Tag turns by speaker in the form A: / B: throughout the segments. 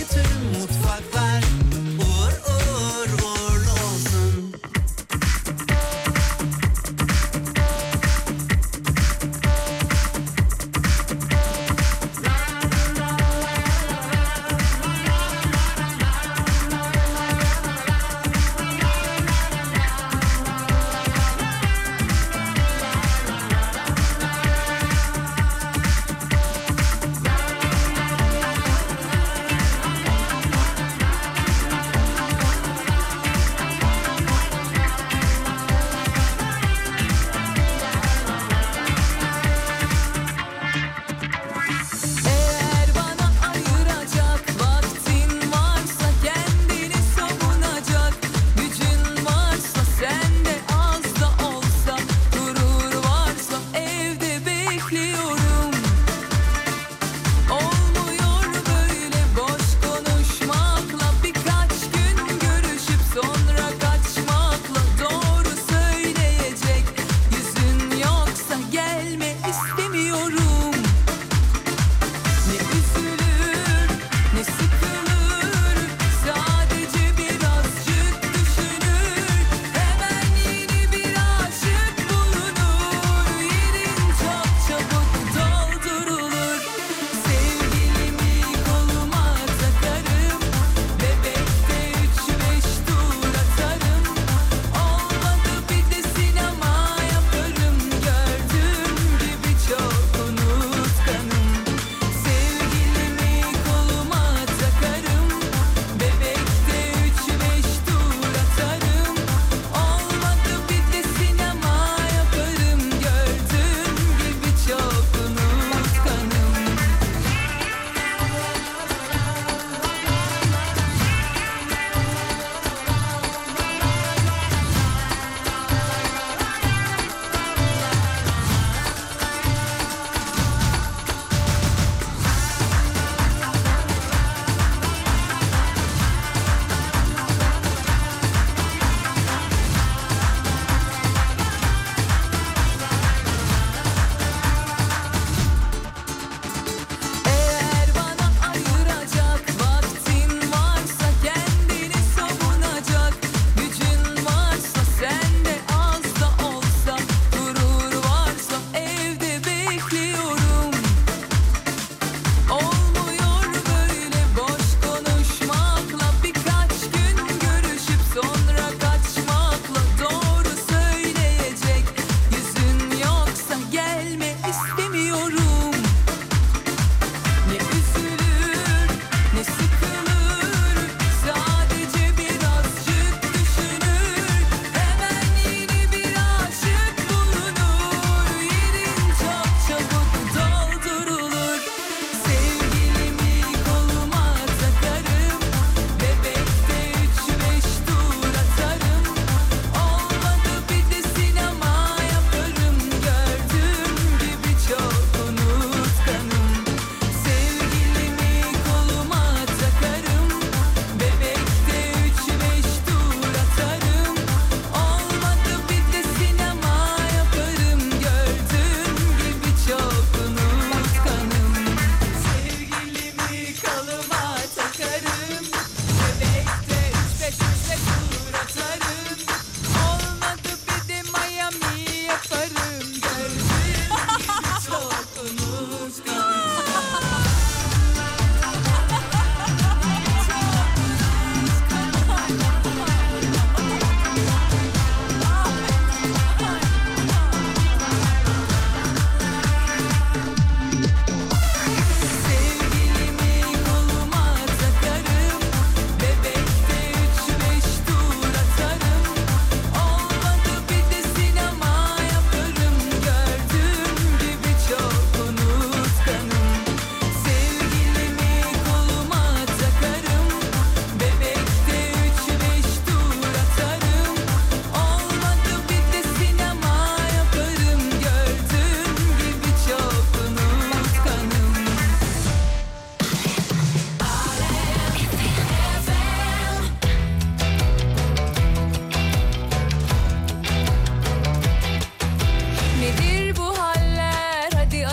A: Bütün mutfaklar uğur uğur uğurlu olsun.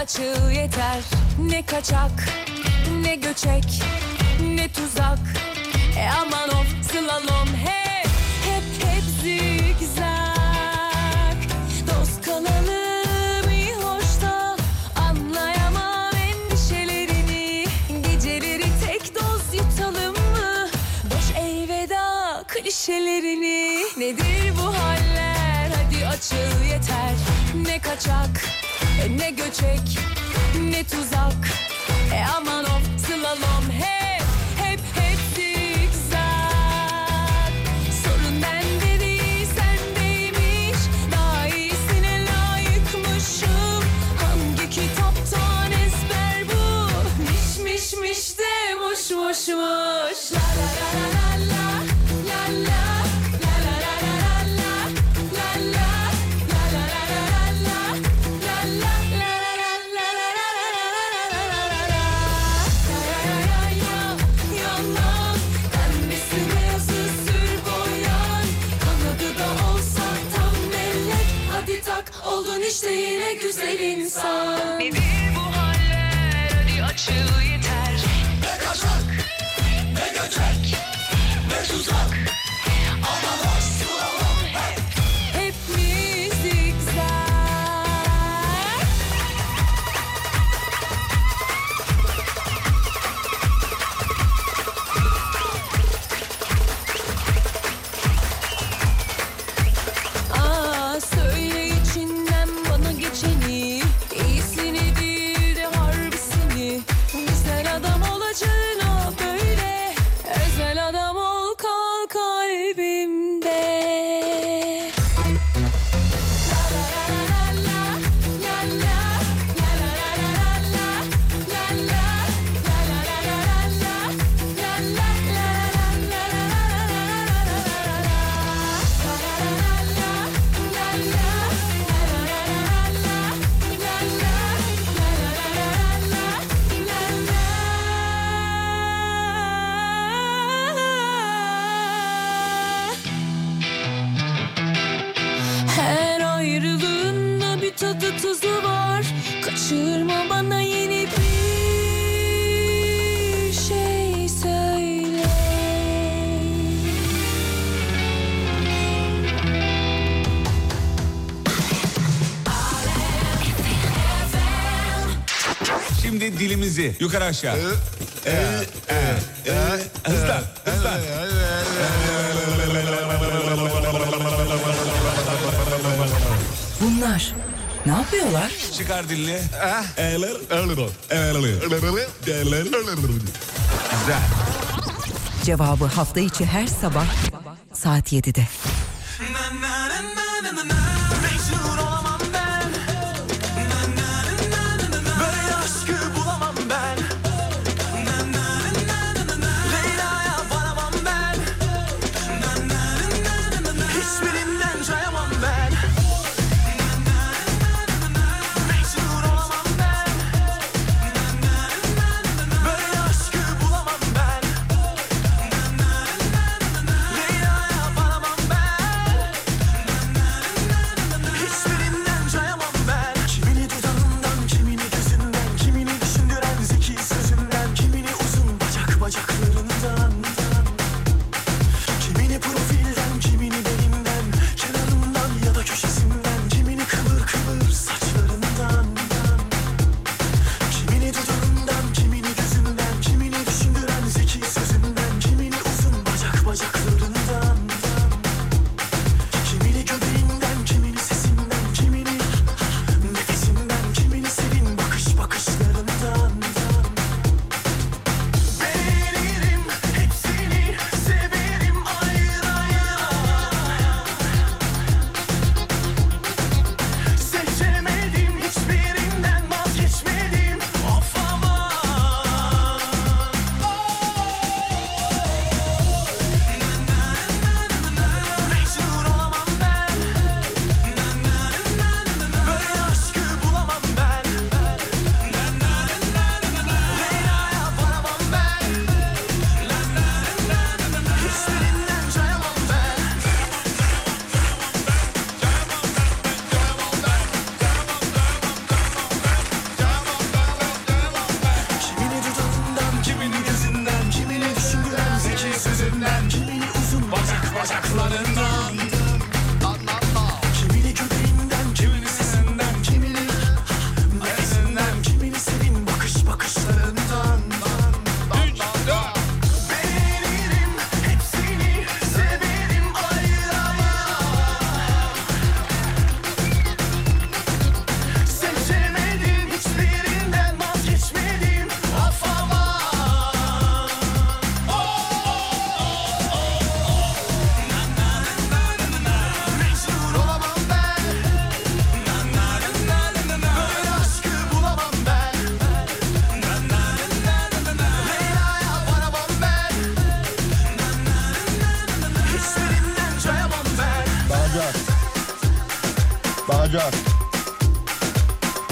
B: açığı yeter Ne kaçak, ne göçek, ne tuzak E aman of slalom hep, hep hep zigzag Dost kalalım iyi hoşta Anlayamam endişelerini Geceleri tek doz yutalım mı? Boş elveda klişelerini Nedir bu haller? Hadi açıl yeter Ne kaçak, ne göçek, ne tuzak E aman of slalom hep hep hep zigzag Sorun bende değil sendeymiş Daha iyisine layıkmışım Hangi kitaptan ezber bu? Miş miş miş de boş boş boş La la la la la la la La la la la la la la La la la la la la La la la la la la la la oldun işte yine güzel insan Nedir bu haller hadi açıl yeter Hep mi zigzag Aa, söyle içinden bana geçeni İyisini değil de harbisini Güzel adam olacağına böyle Özel adam ol kal kalbimde Her ayrılığında bir tadı tuzu var Kaçırma bana yeni bir şey söyle
C: Şimdi dilimizi yukarı aşağı. Ee, Hızlan, hızlan.
D: Bunlar ne yapıyorlar?
C: Çıkar dilini. Güzel.
D: Cevabı hafta içi her sabah saat 7'de.
A: Na na na na na na na. Mecnun olamam ben Na na na na na na. Böyle aşkı bulamam ben Na na na na na na. Leyla'ya varamam ben Na na na na na na. Hiçbirinden cayamam ben Na na na na na na. Mecnun olamam ben Na na na na na na. Böyle aşkı bulamam ben Na na na na na na. Leyla'ya varamam ben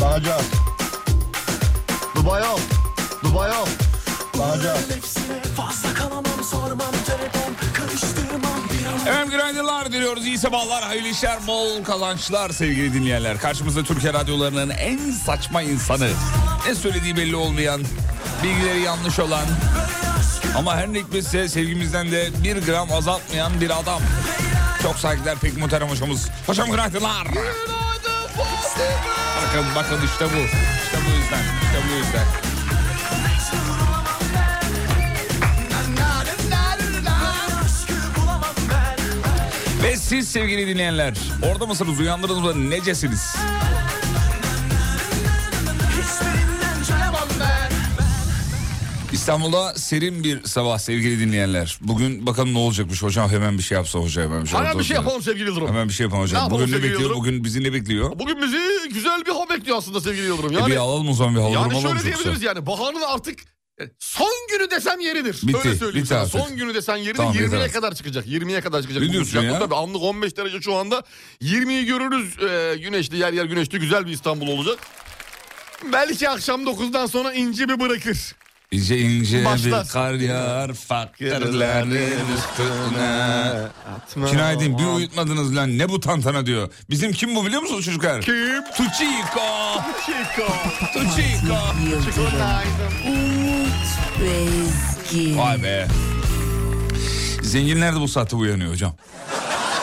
E: Bağcı. Dubai ol. Dubai ol. Bağcı.
A: Hepsine fazla kalamam sormam terepem karıştırmam bir an
C: Efendim günaydınlar diliyoruz. İyi sabahlar, hayırlı işler, bol kazançlar sevgili dinleyenler. Karşımızda Türkiye radyolarının en saçma insanı. Ne söylediği belli olmayan, bilgileri yanlış olan... Ama her ne hikmetse sevgimizden de bir gram azaltmayan bir adam. Çok saygılar pek muhterem hocamız. Hocam günaydınlar. Bakın bakın işte bu. İşte bu yüzden. İşte bu yüzden.
A: aşkı bulamam ben
C: Ve siz sevgili dinleyenler orada mısınız uyandınız mı necesiniz?
A: hiçbirinden cayamam ben
C: İstanbul'a serin bir sabah sevgili dinleyenler. Bugün bakalım ne olacakmış hocam hemen bir şey yapsa hoca hemen bir şey
E: Hemen bir
C: yapsa.
E: şey yapalım sevgili Yıldırım.
C: Hemen bir şey yapalım hocam.
E: Ne yapalım
C: Bugün ne
E: sevgili
C: bekliyor?
E: Yıldırım?
C: Bugün bizi ne bekliyor?
E: Bugün bizi güzel bir hava bekliyor aslında sevgili Yıldırım.
C: E
E: Yani,
C: bir alalım o zaman bir hava
E: yani
C: durumu
E: şöyle
C: alalım çok
E: diyebiliriz
C: güzel.
E: yani baharın artık e, son günü desem yeridir.
C: Bitti,
E: Öyle söyleyeyim
C: bitti
E: sana.
C: artık.
E: Son günü desen yeridir.
C: Tamam, yeter
E: 20'ye
C: artık.
E: kadar çıkacak. 20'ye kadar çıkacak.
C: Ne
E: bu
C: diyorsun
E: sıcaklık.
C: ya?
E: Tabii anlık 15 derece şu anda. 20'yi görürüz e, güneşli yer yer güneşli güzel bir İstanbul olacak. Belki akşam 9'dan sonra ince bir bırakır.
C: İnce ince
E: Başlar.
C: bir kar yağar fakirlerin üstüne. Günaydın bir uyutmadınız lan ne bu tantana diyor. Bizim kim bu biliyor musunuz çocuklar?
E: Kim?
C: Tuçiko.
E: Chico.
C: Tuçiko.
D: Fatih Yıldırım,
E: Günaydın.
D: Umut Bezgin.
C: Vay be. Zenginler de bu saatte uyanıyor hocam.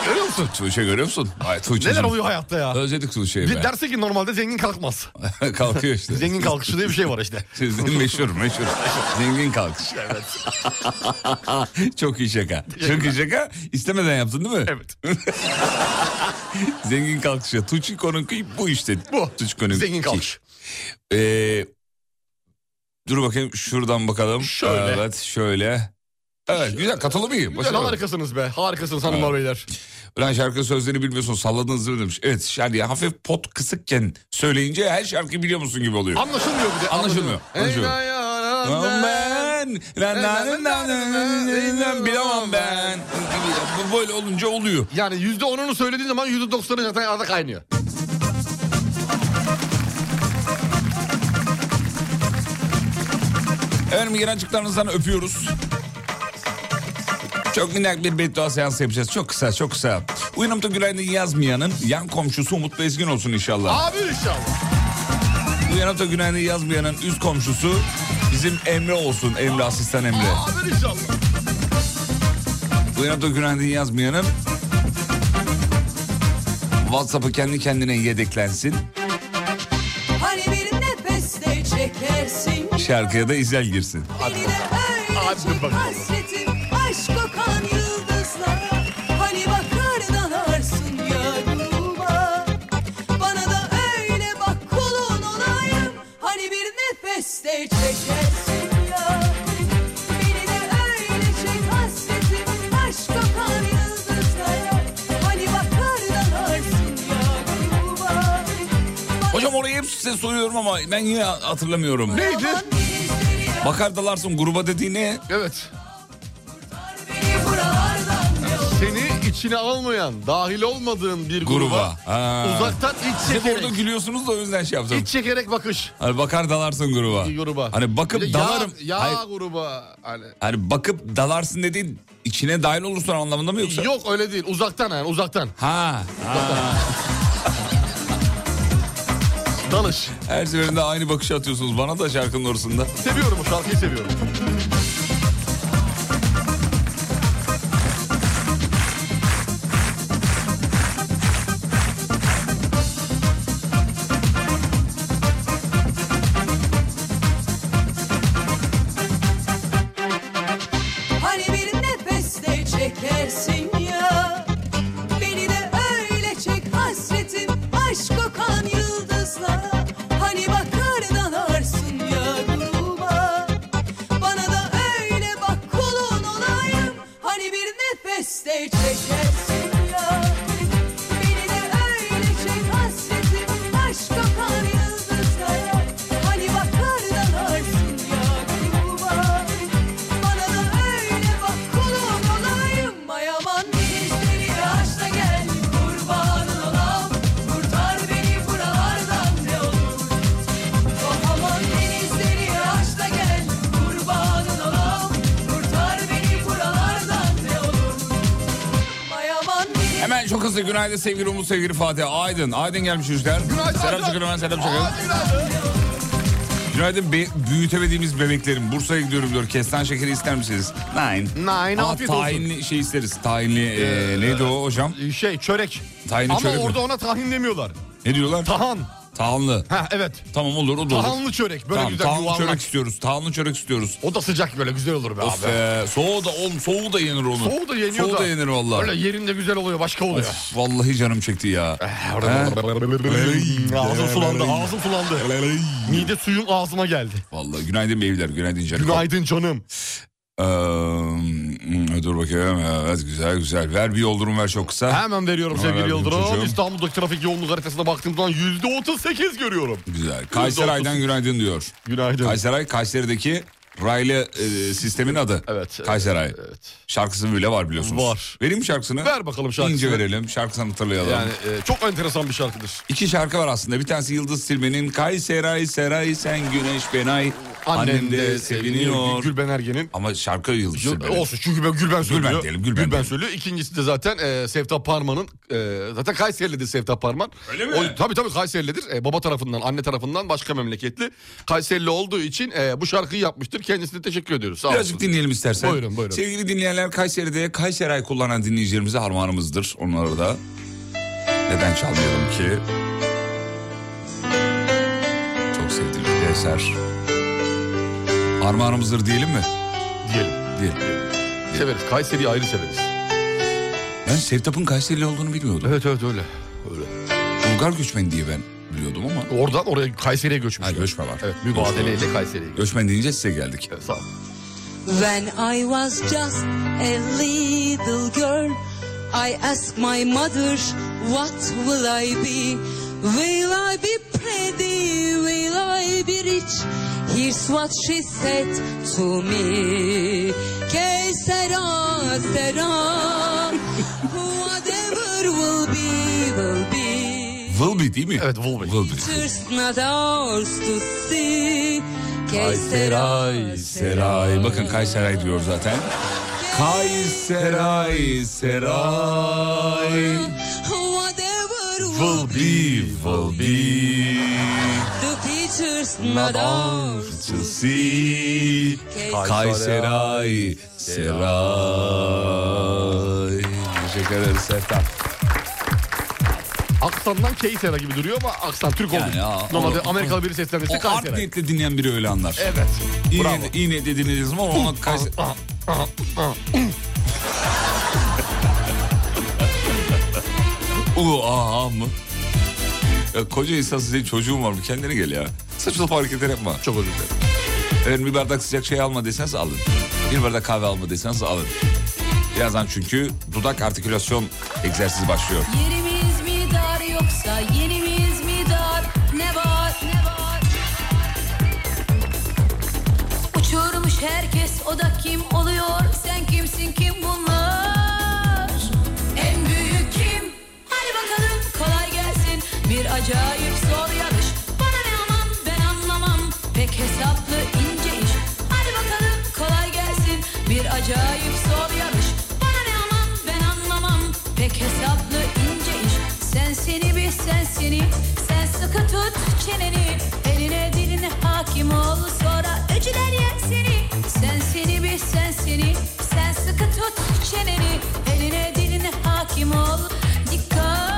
E: Görüyor musun?
C: Tuğçe görüyor musun? Ay, Tuğçe'cim.
E: Neler oluyor hayatta ya?
C: Özledik Tuğçe'yi
E: Bir
C: Şey be.
E: derse ki normalde zengin kalkmaz.
C: Kalkıyor işte.
E: Zengin kalkışı diye bir şey var işte.
C: Sizin meşhur meşhur. Zengin kalkış.
E: Evet.
C: Çok iyi şaka. Çok iyi şaka. İstemeden yaptın değil mi?
E: Evet.
C: Zengin kalkışa. Tuçiko'nun bu işte.
E: Bu.
C: Tuçiko'nun
E: Zengin kalkış.
C: Ee, dur bakayım şuradan bakalım.
E: Şöyle.
C: Evet şöyle. Evet güzel katılım iyi.
E: Güzel
C: Başarılı.
E: harikasınız be. Harikasınız hanımlar beyler.
C: Ulan şarkı sözlerini bilmiyorsun salladınız mı demiş. Evet şarkı hafif pot kısıkken söyleyince her şarkıyı biliyor musun gibi oluyor.
E: Anlaşılmıyor bir de.
C: Anlaşılmıyor, anlaşılmıyor.
E: Ey nayan ben.
C: Ben bilemem ben. Bu Böyle olunca oluyor.
E: Yani yüzde onunu söylediğin zaman yüzde doksanı zaten arada kaynıyor.
C: Efendim gelen açıklarınızdan öpüyoruz. Çok minnak bir beddua seansı yapacağız. Çok kısa, çok kısa. Uyanıp da günaydın yazmayanın yan komşusu Umut Bezgin olsun inşallah.
E: Abi inşallah.
C: Uyanıp da günaydın yazmayanın üst komşusu bizim Emre olsun. Emre, asistan Emre.
E: Abi inşallah.
C: Uyanıp da günaydın yazmayanın WhatsApp'ı kendi kendine yedeklensin.
F: Hani bir nefeste çekersin
C: Şarkıya da izel girsin.
F: Beni de öyle
E: Hadi
F: çek
E: bakalım.
F: hasretim Aşk kokan yıldızlara Hani bakar dalarsın yaruma Bana da öyle bak kulun olayım Hani bir nefeste çekersin ya Beni de öyle şey çek hasretim Aşk kokan yıldızlara Hani bakar dalarsın yaruma
C: Hocam orayı hep size soruyorum ama ben yine hatırlamıyorum.
E: Neydi?
C: Bakar dalarsın gruba dediği ne?
E: Evet.
F: Beni buralardan yol
E: Seni içine almayan, dahil olmadığın bir gruba,
C: Gruba. Ha.
E: uzaktan iç
C: Siz hep orada
E: çekerek,
C: gülüyorsunuz da o yüzden şey yaptım.
E: iç çekerek bakış.
C: Hani bakar dalarsın gruba.
E: Gruba.
C: Hani bakıp
E: Bir de yağ-
C: dalarım.
E: Yağ,
C: Hayır,
E: gruba. Hani.
C: hani bakıp dalarsın dediğin içine dahil olursun anlamında mı yoksa?
E: Yok öyle değil. Uzaktan yani uzaktan.
C: Ha. ha.
E: Dalış.
C: Her seferinde aynı bakış atıyorsunuz bana da şarkının orasında.
E: Seviyorum bu şarkıyı seviyorum.
F: Hani bir nefeste çekersin ya Beni de öyle çek hasretim Aşk kokan yıldızlara Hani bakar dalarsın ya gruba Bana da Hani Hani
C: Kırmızı günaydın sevgili Umut sevgili Fatih. Aydın. Aydın gelmiş çocuklar.
E: Günaydın.
C: Selam çakırım ben selam çakırım.
E: Hadi günaydın.
C: Günaydın be- büyütemediğimiz bebeklerim. Bursa'ya gidiyorum diyor. Kestan şekeri ister misiniz? Nine.
E: Nine,
C: Aa,
E: afiyet olsun. Ee,
C: tahinli şey isteriz. Tahinli e, neydi o hocam?
E: Şey çörek.
C: Tahinli
E: Ama
C: çörek mi?
E: orada ona tahin demiyorlar.
C: Ne diyorlar?
E: Tahan.
C: Tahanlı.
E: Ha evet.
C: Tamam olur o da olur.
E: Tahanlı çörek. Böyle
C: Tamam,
E: güzel
C: tahanlı
E: yuvarlak.
C: çörek istiyoruz. Tahanlı çörek istiyoruz.
E: O da sıcak böyle güzel olur be
C: Of
E: abi.
C: be. Soğuğu da, oğlum, soğuğu da yenir onu.
E: Soğuğu da yeniyor
C: Soğuğu
E: da.
C: da yenir vallahi.
E: Öyle yerinde güzel oluyor başka oluyor. Eh,
C: Of, vallahi canım çekti ya. Eh.
E: ağzım sulandı ağzım sulandı. Mide suyum ağzıma geldi.
C: Vallahi günaydın beyler, günaydın canım.
E: Günaydın canım.
C: Ee, hmm, dur bakayım. Evet güzel güzel. Ver bir yoldurum ver çok kısa.
E: Hemen veriyorum
C: Hemen
E: sevgili
C: verdim
E: Yıldırım.
C: çocuğum.
E: İstanbul'daki trafik yoğunluk haritasına baktığım zaman %38 görüyorum.
C: Güzel. Kayseri'den günaydın diyor.
E: Günaydın.
C: Kayseri, Kayseri'deki raylı e, sistemin adı.
E: Evet.
C: Kayseri.
E: Evet.
C: Şarkısı bile var biliyorsunuz.
E: Var.
C: Vereyim mi şarkısını?
E: Ver bakalım şarkısını.
C: İnce verelim. Şarkısını hatırlayalım.
E: Yani e, çok enteresan bir şarkıdır.
C: İki şarkı var aslında. Bir tanesi Yıldız Tilbe'nin Kayseri Seray sen güneş benay. Annem, de seviniyor.
E: Gülben Ergen'in.
C: Ama şarkı Yıldız
E: Gül-
C: Tilbe'nin.
E: olsun çünkü ben Gülben söylüyor.
C: diyelim, Gülben diyelim.
E: söylüyor. İkincisi de zaten e, Sevda Parman'ın e, zaten Kayseri'lidir Sevda Parman.
C: Öyle mi?
E: O, tabii tabii Kayseri'lidir. E, baba tarafından, anne tarafından başka memleketli. Kayserili olduğu için e, bu şarkıyı yapmıştır. Kendisine teşekkür ediyoruz. Sağ olsun.
C: Birazcık dinleyelim istersen. Şey-
E: Buyurun, buyurun.
C: Sevgili dinleyenler Kayseri'de Kayseray kullanan dinleyicilerimize armağanımızdır. Onlara da neden çalmayalım ki? Çok sevdiğim bir eser. Armağanımızdır diyelim mi?
E: diyelim.
C: Diyelim.
E: Severiz. Kayseri'yi ayrı severiz.
C: Ben Sevtap'ın Kayserili olduğunu bilmiyordum.
E: Evet evet öyle. Öyle.
C: Bulgar göçmeni diye ben biliyordum ama.
E: Oradan oraya Kayseri'ye göçmüş.
C: Ha göçme var.
E: Evet
C: Göçme var.
E: mübadeleyle Kayseri'ye göçmüş.
C: Göçmen deyince size geldik.
E: Evet, sağ ol.
G: When I was just a little girl, I asked my mother, What will I be? Will I be pretty? Will I be rich? Here's what she said to me. Que sera, sera. Whatever will be, will be.
C: Will be değil mi?
E: Evet, will be.
C: Will be.
G: There's not ours to see. Que
C: Kayseray, Seray. Bakın Kayseray diyor zaten. Kayseray, Seray.
G: Whatever
C: Will be, will be.
G: The features not ours.
C: To see. Kayseray, Seray. Teşekkür ederiz Sertab.
E: Aksandan Kayseri gibi duruyor ama aksan Türk
C: Yani
E: oldu.
C: ya,
E: Normalde
C: olur.
E: Amerikalı biri seslenirse
C: O art
E: Kayseri.
C: niyetle dinleyen biri öyle anlar.
E: Evet.
C: İyi,
E: Bravo. Ah,
C: niyet- iyi niyetle dinlediğiniz zaman ona Kayseri... Ulu aha mı? Ya koca insan size çocuğum var mı? Kendine gel ya. Saçma sapan hareketler yapma.
E: Çok özür dilerim.
C: Eğer bir bardak sıcak şey alma deseniz alın. Bir bardak kahve alma deseniz alın. Birazdan çünkü dudak artikülasyon egzersizi başlıyor.
H: Yerimiz mi dar yoksa yenimiz mi dar? Ne var ne var? Uçurmuş herkes o da kim oluyor? Sen kimsin kim bunlar? En büyük kim? Hadi bakalım kolay gelsin. Bir acayip zor yarış. Bana ne aman ben anlamam. Pek hesaplı ince iş. Hadi bakalım kolay gelsin. Bir acayip zor yarış. Bana ne aman ben anlamam. Pek hesaplı ince iş. Sen seni bil sen seni. Sen sıkı tut çeneni. Eline diline hakim ol. Sonra öcüler yer seni. Sen seni bil sen seni. Sen sıkı tut çeneni. Eline diline hakim ol. Dikkat.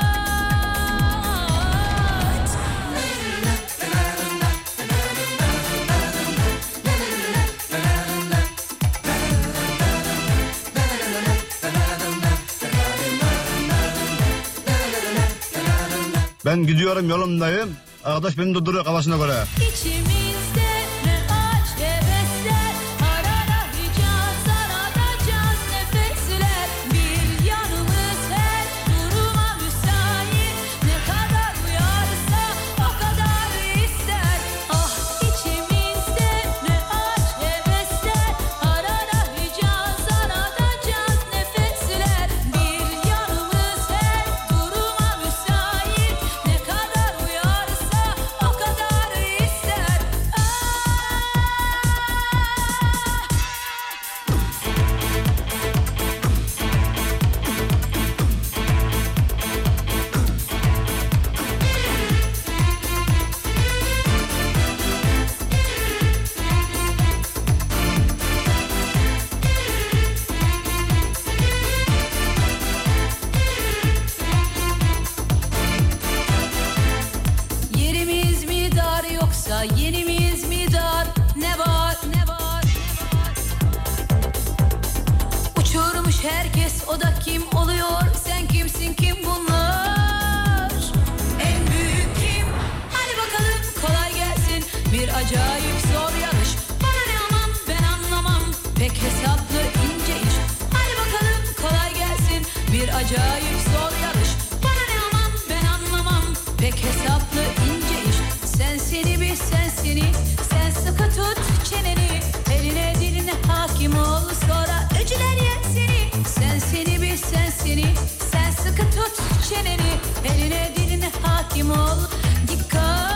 I: Ben gidiyorum yolumdayım. Arkadaş beni durduruyor kafasına göre.
H: İçimizde ne aç hevesler Arada hicaz arada caz nefesler Bir yanımız her duruma müsait Ne kadar uyarsa o kadar ister Ah içimizde ne aç hevesler Arada hicaz arada caz nefesler Bir yanımız her duruma müsait Ne kadar uyarsa o kadar ister Daha yerimiz mi dar? Ne var? Ne var? Uçurmuş herkes o da kim oluyor? Sen kimsin kim bunlar? En büyük kim? Hadi bakalım kolay gelsin. Bir acayip zor yarış. Bana ne aman ben anlamam. Pek hesaplı ince iş. Hadi bakalım kolay gelsin. Bir acayip zor yarış. Bana ne aman ben anlamam. Pek hesaplı ince iş. Sen seni bir sen seni. Sen sıkı tut çeneni. Eline diline hakim ol. Sonra öcüler yer seni. Sen seni bir sen seni. Sen sıkı tut çeneni. Eline diline hakim ol. Dikkat.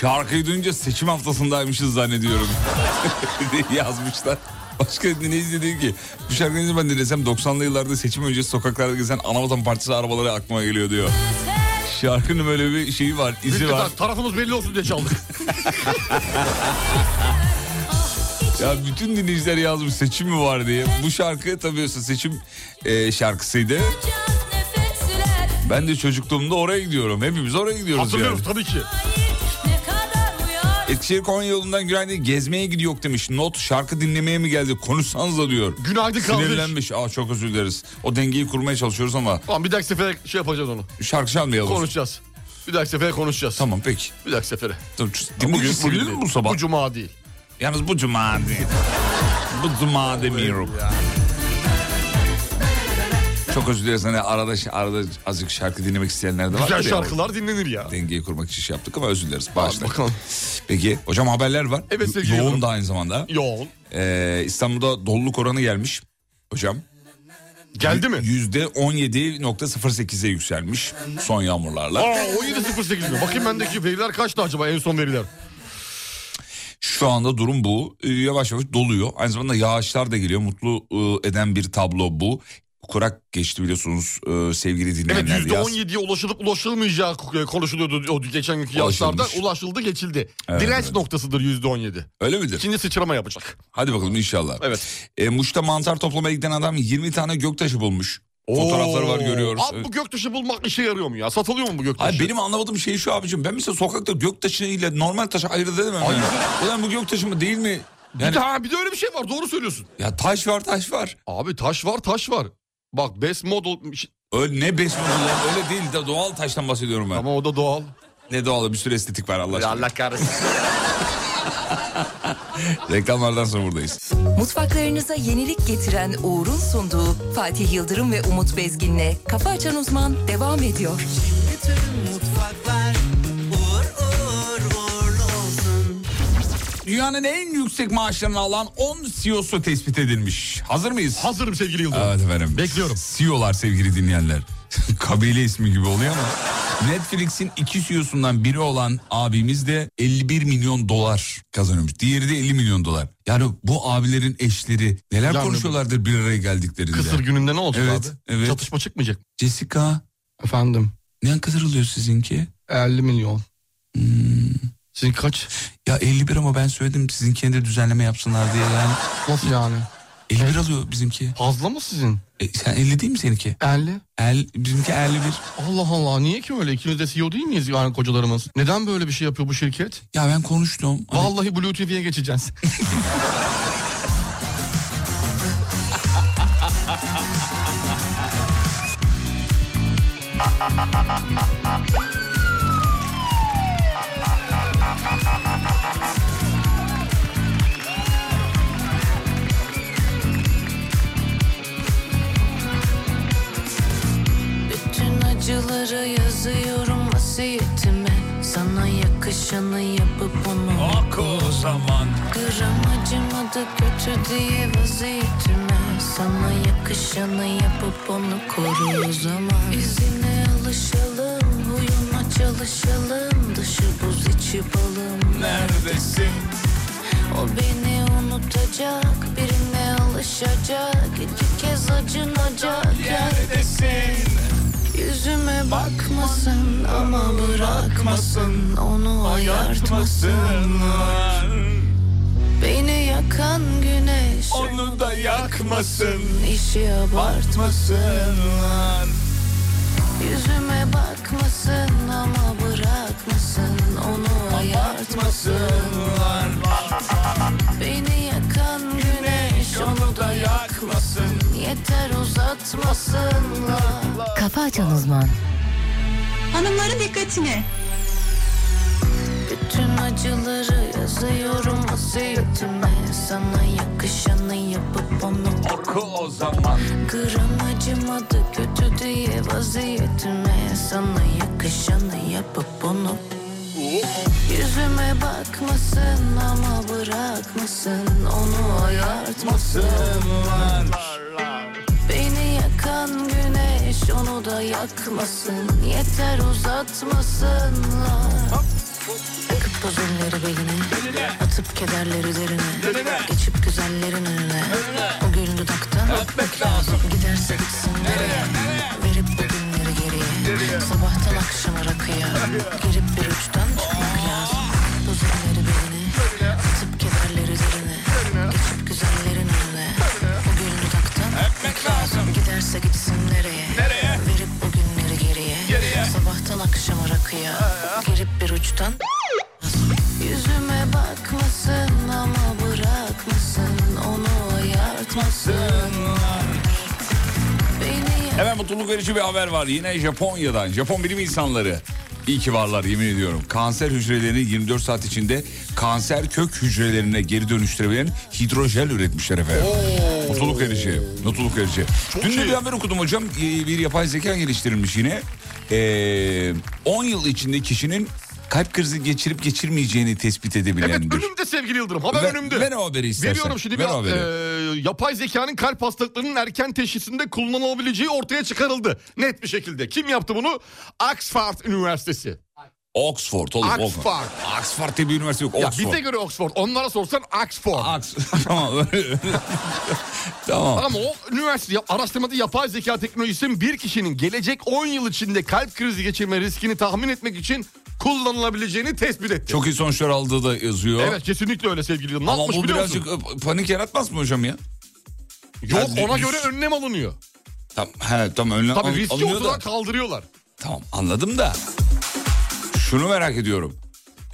C: Şarkıyı duyunca seçim haftasındaymışız zannediyorum. diye Yazmışlar. Başka ne izledi ki? Bu şarkıyı ben dinlesem 90'lı yıllarda seçim öncesi sokaklarda gezen Anavatan Partisi arabaları aklıma geliyor diyor. Şarkının böyle bir şeyi var, izi var.
E: Bak, Tarafımız belli olsun diye çaldık.
C: Ya bütün dinleyiciler yazmış seçim mi var diye. Bu şarkı tabii seçim e, şarkısıydı.
H: nefesler
C: Ben de çocukluğumda oraya gidiyorum. Hepimiz oraya gidiyoruz yani.
E: Hatırlıyoruz tabii ki.
H: ne kadar uyar
C: Eskişehir Konya yolundan günaydın gezmeye gidiyor demiş. Not şarkı dinlemeye mi geldi konuşsanız da diyor.
E: Günaydın kardeş.
C: Sinirlenmiş. Aa çok özür dileriz. O dengeyi kurmaya çalışıyoruz ama
E: Tamam bir dahaki sefere şey yapacağız onu.
C: şarkı çalmayalım.
E: Konuşacağız. Bir dahaki sefere konuşacağız.
C: Tamam peki.
E: Bir dahaki sefere.
C: Dur, bugün sinirli mi bu sabah?
E: Bu cuma değil.
C: Yalnız bu cuma değil. bu cuma demiyorum. Çok özür dileriz hani arada arada azıcık şarkı dinlemek isteyenler de var.
E: Güzel
C: Ya,
E: şarkılar dinlenir ya.
C: Dengeyi kurmak için şey yaptık ama özür dileriz. Bağışlayın.
E: bakalım.
C: Peki hocam haberler var.
E: Evet, sevgili
C: Yoğun
E: yıldırım.
C: da aynı zamanda.
E: Yoğun.
C: Ee, İstanbul'da doluluk oranı gelmiş hocam.
E: Geldi mi?
C: Yüzde %17.08'e yükselmiş son yağmurlarla.
E: Aa 17.08 mi? Bakayım bendeki veriler kaçtı acaba en son veriler?
C: Şu anda durum bu. Ee, Yavaş yavaş doluyor. Aynı zamanda yağışlar da geliyor. Mutlu e, eden bir tablo bu. Kurak geçti biliyorsunuz e, sevgili
E: Evet
C: dinleyenler. yaz.
E: %17'ye ulaşılıp ulaşılmayacağı e, konuşuluyordu o geçen günkü yaşlarda.
C: Ulaşılmış.
E: Ulaşıldı geçildi.
C: Evet,
E: Direnç
C: evet.
E: noktasıdır %17.
C: Öyle midir?
E: Şimdi sıçrama yapacak.
C: Hadi bakalım inşallah.
E: Evet.
C: E, Muş'ta mantar toplamaya giden adam 20 tane göktaşı bulmuş. Fotoğrafları var
E: Oo.
C: görüyoruz.
E: Abi bu göktaşı bulmak işe yarıyor mu ya? Satılıyor mu bu göktaşı?
C: Hayır benim anlamadığım şey şu abicim. Ben mesela sokakta göktaşı ile normal taşı ayırt edemem. Yani. Ulan bu göktaşı mı değil mi?
E: Bir
C: Yani
E: de, ha, bir de öyle bir şey var doğru söylüyorsun.
C: ya taş var taş var.
E: Abi taş var taş var. Bak best model şey- Şi-
C: Öyle ne besmele lan, öyle değil de doğal taştan bahsediyorum ben.
E: ama o da doğal.
C: Ne doğalı bir sürü estetik var Allah aşkına.
E: kahretsin.
C: Reklamlardan sonra buradayız.
D: Mutfaklarınıza yenilik getiren Uğur'un sunduğu Fatih Yıldırım ve Umut Bezgin'le Kafa Açan Uzman devam ediyor.
C: Dünyanın en yüksek maaşlarını alan 10 CEO'su tespit edilmiş. Hazır mıyız?
E: Hazırım sevgili Yıldırım.
C: Evet efendim.
E: Bekliyorum.
C: CEO'lar sevgili dinleyenler. Kabile ismi gibi oluyor ama. Netflix'in iki CEO'sundan biri olan abimiz de 51 milyon dolar kazanıyormuş. Diğeri de 50 milyon dolar. Yani bu abilerin eşleri neler
E: Yani-
C: konuşuyorlardır bir araya geldiklerinde.
E: Kısır gününde ne olsun
C: Evet,
E: abi?
C: evet.
E: Çatışma çıkmayacak.
C: Jessica
E: Efendim
C: ne kadar oluyor sizinki? Hmm.
E: 50 milyon. Sizin kaç?
C: Ya 51 ama ben söyledim sizin kendi düzenleme yapsınlar diye yani.
E: Nasıl yani?
C: 51 alıyor bizimki.
E: Fazla mı sizin?
C: E, sen 50 değil mi seninki?
E: 50.
C: El, bizimki 51.
E: Allah Allah niye ki öyle? İkimiz de CEO değil miyiz yani kocalarımız? Neden böyle bir şey yapıyor bu şirket?
C: Ya ben konuştum. Hani-
E: Vallahi Blue TV'ye geçeceğiz.
H: Bütün acıları yazıyorum vasiyetime Sana yakışanı yapıp onu
C: Ak o zaman.
H: Gram acımadı kötü diye vaziyetime Sana yakışanı yapıp onu koru o zaman İzine alışalım, huyuna çalışalım Dışı buz içi balım
C: Neredesin?
H: O beni unutacak, birine alışacak İki kez acınacak yer
C: Neredesin?
H: Yüzüme bakmasın ama bırakmasın onu hayal
A: yakmasınlar
G: Beni yakan güneş
A: Onu da yakmasın
G: işi abart
A: Batmasınlar
G: Yüzüme bakmasın ama bırakmasın onu ayartmasın
A: Batmasınlar
G: Beni yakan güneş onu da yakmasın Yeter uzatmasınlar
D: Kafa Açan Uzman.
J: Hanımların dikkatine.
G: Bütün acıları yazıyorum vasiyetime Sana yakışanı yapıp onu
C: Oku o zaman.
G: Gram acımadı kötü diye vaziyetime Sana yakışanı yapıp onu Yüzüme bakmasın ama bırakmasın Onu ayartmasın Beni yakan güneş onu da yakmasın Yeter uzatmasınlar Yakıp bozulları beline Atıp kederleri derine Geçip güzellerin önüne O gül dudaktan öpmek lazım Giderse gitsin nereye Verip bu günleri geriye Sabahtan akşama rakıya Girip bir uçtan çıkmak lazım Bozulları beline Atıp kederleri derine Geçip güzellerin önüne O gül dudaktan öpmek lazım Giderse gitsin nereye Verip bu günleri geriye Sabahtan akşama rakıya Girip bir uçtan Yüzüme bakmasın ama bırakmasın onu ayartmasın. Beni
C: Hemen mutluluk verici bir haber var. Yine Japonya'dan. Japon bilim insanları. İyi ki varlar yemin ediyorum. Kanser hücrelerini 24 saat içinde kanser kök hücrelerine geri dönüştürebilen hidrojel üretmişler efendim. Mutluluk verici. Mutluluk verici. Dün de bir haber okudum hocam. Ee, Bir yapay zeka geliştirilmiş yine. Ee, 10 yıl içinde kişinin kalp krizi geçirip geçirmeyeceğini tespit
E: Evet
C: edebilendir.
E: önümde sevgili Yıldırım haber
C: Ver-
E: önümde.
C: ver o haberi istersen.
E: Veriyorum şimdi
C: Ver
E: bir
C: o haberi.
E: e, yapay zekanın kalp hastalıklarının erken teşhisinde kullanılabileceği ortaya çıkarıldı. Net bir şekilde. Kim yaptı bunu? Oxford Üniversitesi.
C: Oxford oğlum.
E: Oxford.
C: Oxford. Oxford diye bir üniversite yok.
E: Ya
C: Oxford.
E: bize göre Oxford. Onlara sorsan Oxford.
C: Ox- tamam. öyle- tamam.
E: Ama o üniversite yap- araştırmada yapay zeka teknolojisinin bir kişinin gelecek 10 yıl içinde kalp krizi geçirme riskini tahmin etmek için kullanılabileceğini tespit etti.
C: Çok iyi sonuçlar aldığı da yazıyor.
E: Evet kesinlikle öyle sevgili Yıldırım. Ne
C: Ama
E: yapmış
C: bu
E: biliyor
C: birazcık
E: musun?
C: e, panik yaratmaz mı hocam ya?
E: Yok
C: Yani
E: ona
C: düz-
E: göre önlem alınıyor.
C: Tam, he, tamam önlem
E: Tabii
C: al-
E: riski
C: alınıyor da.
E: ortadan kaldırıyorlar.
C: Tamam anladım da. Şunu merak ediyorum.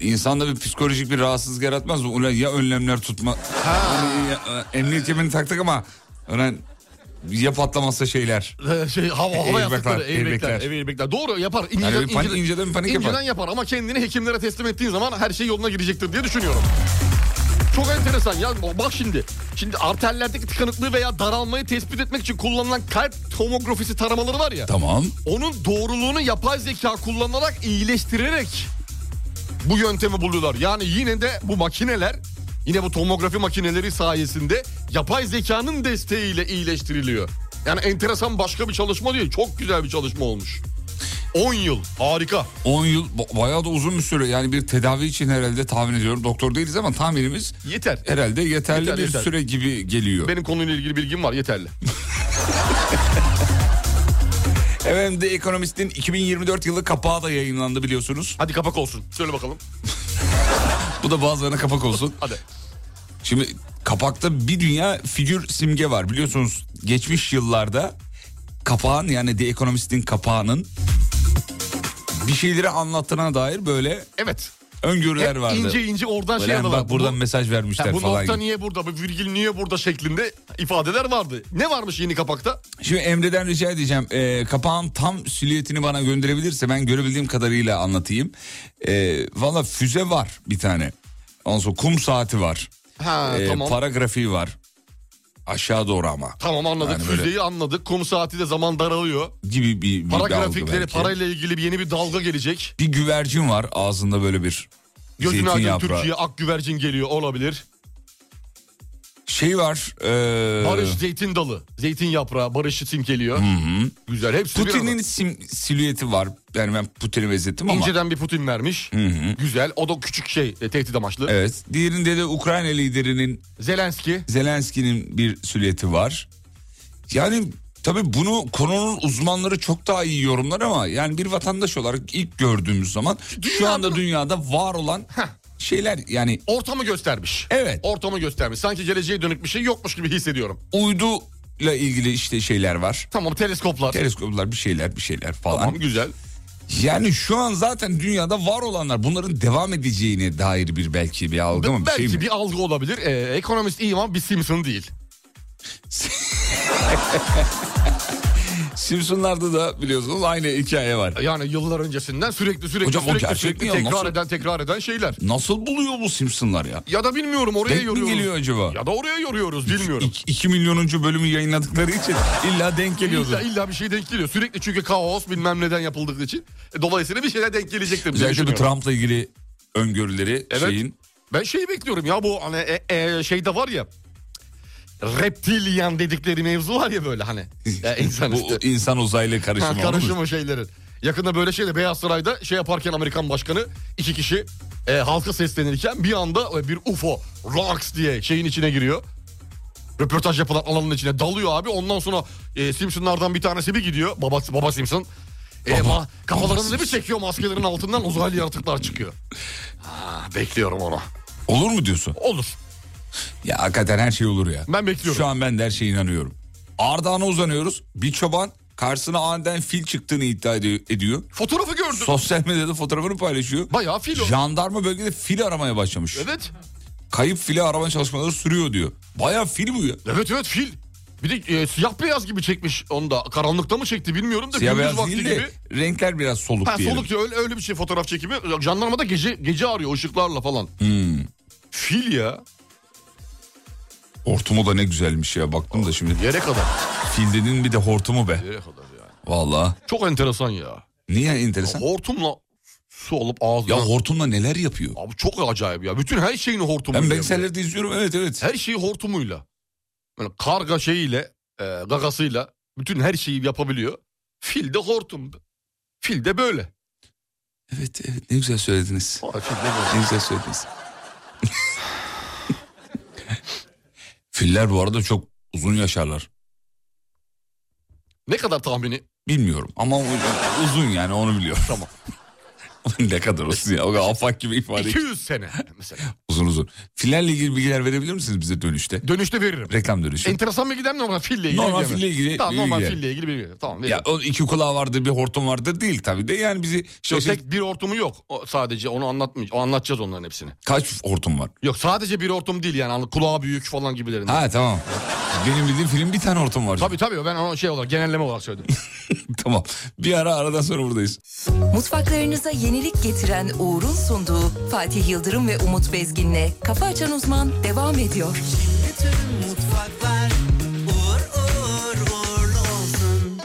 C: İnsanda bir psikolojik bir rahatsızlık yaratmaz mı? Ulan ya önlemler tutma. Hani ya, e, emniyet kemerini taktık ama ulan ya patlamazsa şeyler.
E: Ee, şey hava hava
C: Airbag'lar,
E: yastıkları, airbag'ler,
C: airbag'ler.
E: airbag'ler. Doğru yapar. İnceden,
C: Yani bir panik- inceden bir panik yapar.
E: inceden yapar. ama kendini hekimlere teslim ettiğin zaman her şey yoluna girecektir diye düşünüyorum. Çok enteresan ya bak şimdi. Şimdi arterlerdeki tıkanıklığı veya daralmayı tespit etmek için kullanılan kalp tomografisi taramaları var ya.
C: Tamam.
E: Onun doğruluğunu yapay zeka kullanarak iyileştirerek bu yöntemi buluyorlar. Yani yine de bu makineler yine bu tomografi makineleri sayesinde yapay zekanın desteğiyle iyileştiriliyor. Yani enteresan başka bir çalışma değil. Çok güzel bir çalışma olmuş. 10 yıl harika.
C: 10 yıl ba- bayağı da uzun bir süre. Yani bir tedavi için herhalde tahmin ediyorum. Doktor değiliz ama tahminimiz
E: Yeter.
C: herhalde yeterli
E: Yeter,
C: bir
E: yeter.
C: süre gibi geliyor.
E: Benim konuyla ilgili bilgim var yeterli.
C: Efendim The Economist'in 2024 yılı kapağı da yayınlandı biliyorsunuz.
E: Hadi kapak olsun. Söyle bakalım.
C: Bu da bazılarına kapak olsun.
E: Hadi.
C: Şimdi kapakta bir dünya figür simge var. Biliyorsunuz geçmiş yıllarda kapağın yani The Economist'in kapağının bir şeyleri anlattığına dair böyle
E: Evet.
C: öngörüler
E: Hep
C: vardı.
E: E, ince ince oradan
C: Böyle
E: şey
C: hani
E: aralar.
C: bak buradan
E: Bu-
C: mesaj vermişler
E: Ha, bu
C: falan.
E: nokta
C: gibi.
E: niye burada, bu virgül niye burada şeklinde ifadeler vardı. Ne varmış yeni kapakta?
C: Şimdi Emre'den rica edeceğim. Ee, kapağın tam silüetini bana gönderebilirse ben görebildiğim kadarıyla anlatayım. Ee, Valla füze var bir tane. Ondan sonra kum saati var.
E: Ha
C: Ee,
E: tamam.
C: Para grafiği var. Aşağı doğru ama.
E: Tamam anladık.
C: Yani böyle-
E: Füzeyi anladık. Kum saati de zaman daralıyor.
C: Gibi bir, bir
E: Para
C: dalga
E: grafikleri,
C: belki.
E: parayla ilgili bir yeni bir dalga gelecek.
C: Bir güvercin var ağzında böyle bir
E: Gözün
C: zeytin
E: aydın
C: yaprağı.
E: Türkiye ak güvercin geliyor olabilir.
C: Şey var. ee,
E: Barış zeytin dalı, zeytin yaprağı, barış için geliyor. Güzel hepsi bir
C: Putin'in
E: arada.
C: sim- silüeti var. Yani ben Putin'i benzettim ama.
E: İnceden bir Putin vermiş. Güzel. O da küçük şey, e, tehdit amaçlı.
C: Evet. Diğerinde de Ukrayna liderinin
E: Zelenski.
C: Zelenski'nin bir silüeti var. Yani tabii bunu konunun uzmanları çok daha iyi yorumlar ama yani bir vatandaş olarak ilk gördüğümüz zaman şu anda dünyada var olan şeyler yani
E: Ortamı göstermiş.
C: Evet.
E: Ortamı göstermiş. Sanki geleceğe dönük bir şey yokmuş gibi hissediyorum.
C: uyduyla ilgili işte şey- şeyler var.
E: Tamam teleskoplar.
C: Teleskoplar bir şeyler bir şeyler falan.
E: tamam güzel.
C: Yani şu an zaten dünyada var olanlar bunların devam edeceğine dair bir belki bir algı mı? Bir
E: Belki
C: şey mi?
E: bir algı olabilir. Ee, ekonomist iyi ama bir Simpson değil.
C: Simpsonlarda da biliyorsunuz aynı hikaye var.
E: Yani yıllar öncesinden sürekli sürekli
C: Hocam o
E: sürekli,
C: gerçek
E: sürekli
C: mi ya?
E: tekrar
C: Nasıl-
E: eden tekrar eden şeyler.
C: Nasıl buluyor bu Simpsonlar ya?
E: Ya da bilmiyorum oraya
C: Denk mi
E: yoruyoruz.
C: geliyor acaba?
E: Ya da oraya yoruyoruz bilmiyorum.
C: 2 milyonuncu bölümü yayınladıkları için illa denk geliyordu.
E: İlla, illa bir şey denk geliyor. Sürekli çünkü kaos bilmem neden yapıldığı için. E, Dolayısıyla bir şeyler denk gelecektir. diye
C: Özellikle bu
E: düşünüyorum.
C: Trump'la ilgili öngörüleri
E: Evet.
C: şeyin.
E: Ben şeyi bekliyorum ya bu hani e, e, şeyde var ya. Reptilian dedikleri mevzu var ya böyle hani. Ya insan
C: bu
E: işte.
C: insan uzaylı karışımı.
E: Ha,
C: olur mu?
E: karışımı şeylerin. Yakında böyle şeyle Beyaz Saray'da şey yaparken Amerikan başkanı iki kişi e, halka seslenirken bir anda e, bir UFO rocks diye şeyin içine giriyor. Röportaj yapılan alanın içine dalıyor abi. Ondan sonra e, Simpsonlardan bir tanesi bir gidiyor. Baba, baba Simpson. E,
C: Baba-
E: ma-
C: Baba
E: kafalarını
C: Simpson.
E: bir çekiyor maskelerin altından uzaylı yaratıklar çıkıyor. Ha, Ah, bekliyorum onu.
C: Ah, Olur mu diyorsun?
E: Olur.
C: Ya hakikaten her şey olur ya.
E: Ben bekliyorum.
C: Şu an ben de her şeye inanıyorum. Ardahan'a uzanıyoruz. Bir çoban karşısına aniden fil çıktığını iddia ediyor. ediyor.
E: Fotoğrafı gördüm.
C: Sosyal medyada fotoğrafını paylaşıyor.
E: Bayağı filo.
C: Jandarma bölgede fil aramaya başlamış.
E: Evet.
C: Kayıp fili arama çalışmaları sürüyor diyor. Bayağı fil bu ya.
E: Evet evet fil. Bir de e, siyah beyaz gibi çekmiş onu da. Karanlıkta mı çekti bilmiyorum da.
C: Siyah
E: gündüz
C: beyaz
E: vakti
C: değil de
E: gibi.
C: renkler biraz soluk
E: Ha,
C: diyelim.
E: soluk diyor öyle, öyle bir şey fotoğraf çekimi. Jandarma da gece, gece arıyor ışıklarla falan.
C: Hmm.
E: Fil ya.
C: Hortumu da ne güzelmiş ya baktım da şimdi.
E: Yere kadar.
C: Fil dediğin bir de hortumu be.
E: Yere kadar yani.
C: Vallahi.
E: Çok enteresan ya.
C: Niye enteresan?
E: Hortumla su alıp ağzına.
C: Ya hortumla neler yapıyor?
E: Abi çok acayip ya. Bütün her şeyini hortumuyla.
C: Ben
E: yapıyor.
C: belgesellerde izliyorum evet evet.
E: Her şeyi hortumuyla. Böyle karga şeyiyle, e, gagasıyla bütün her şeyi yapabiliyor. Fil de hortum. Fil de böyle.
C: Evet evet ne güzel söylediniz.
E: Aa, fil de böyle.
C: Ne güzel söylediniz. Filler bu arada çok uzun yaşarlar.
E: Ne kadar tahmini?
C: Bilmiyorum ama o- uzun yani onu biliyorum.
E: Tamam.
C: ne kadar uzun ya. O kadar afak gibi ifade.
E: 200 sene mesela.
C: Uzun uzun. Fillerle ilgili bilgiler verebilir misiniz bize dönüşte?
E: Dönüşte veririm.
C: Reklam dönüşü.
E: Enteresan bilgi değil mi? Normal fille ilgili
C: Normal
E: bilgi mi?
C: fille ilgili
E: Tamam normal
C: bilgi.
E: fille ilgili bilgi. Tamam veririm.
C: Ya o iki kulağı vardır bir hortum vardır değil tabii de yani bizi
E: Yok,
C: şaşırt-
E: tek bir hortumu yok. O, sadece onu anlatmayacağız. O anlatacağız onların hepsini.
C: kaç hortum var?
E: Yok sadece bir hortum değil yani hani kulağı büyük falan gibilerinden.
C: Ha tamam. Benim bildiğim film bir tane hortum var.
E: Tabii tabii ben onu şey olarak genelleme olarak söyledim.
C: tamam. Bir ara aradan sonra buradayız.
D: Mutfaklarınıza yenilik getiren Uğur'un sunduğu Fatih Yıldırım ve Umut Bezgin'le Kafa Açan Uzman devam ediyor.
A: Mutfaklar uğur uğur uğurlu olsun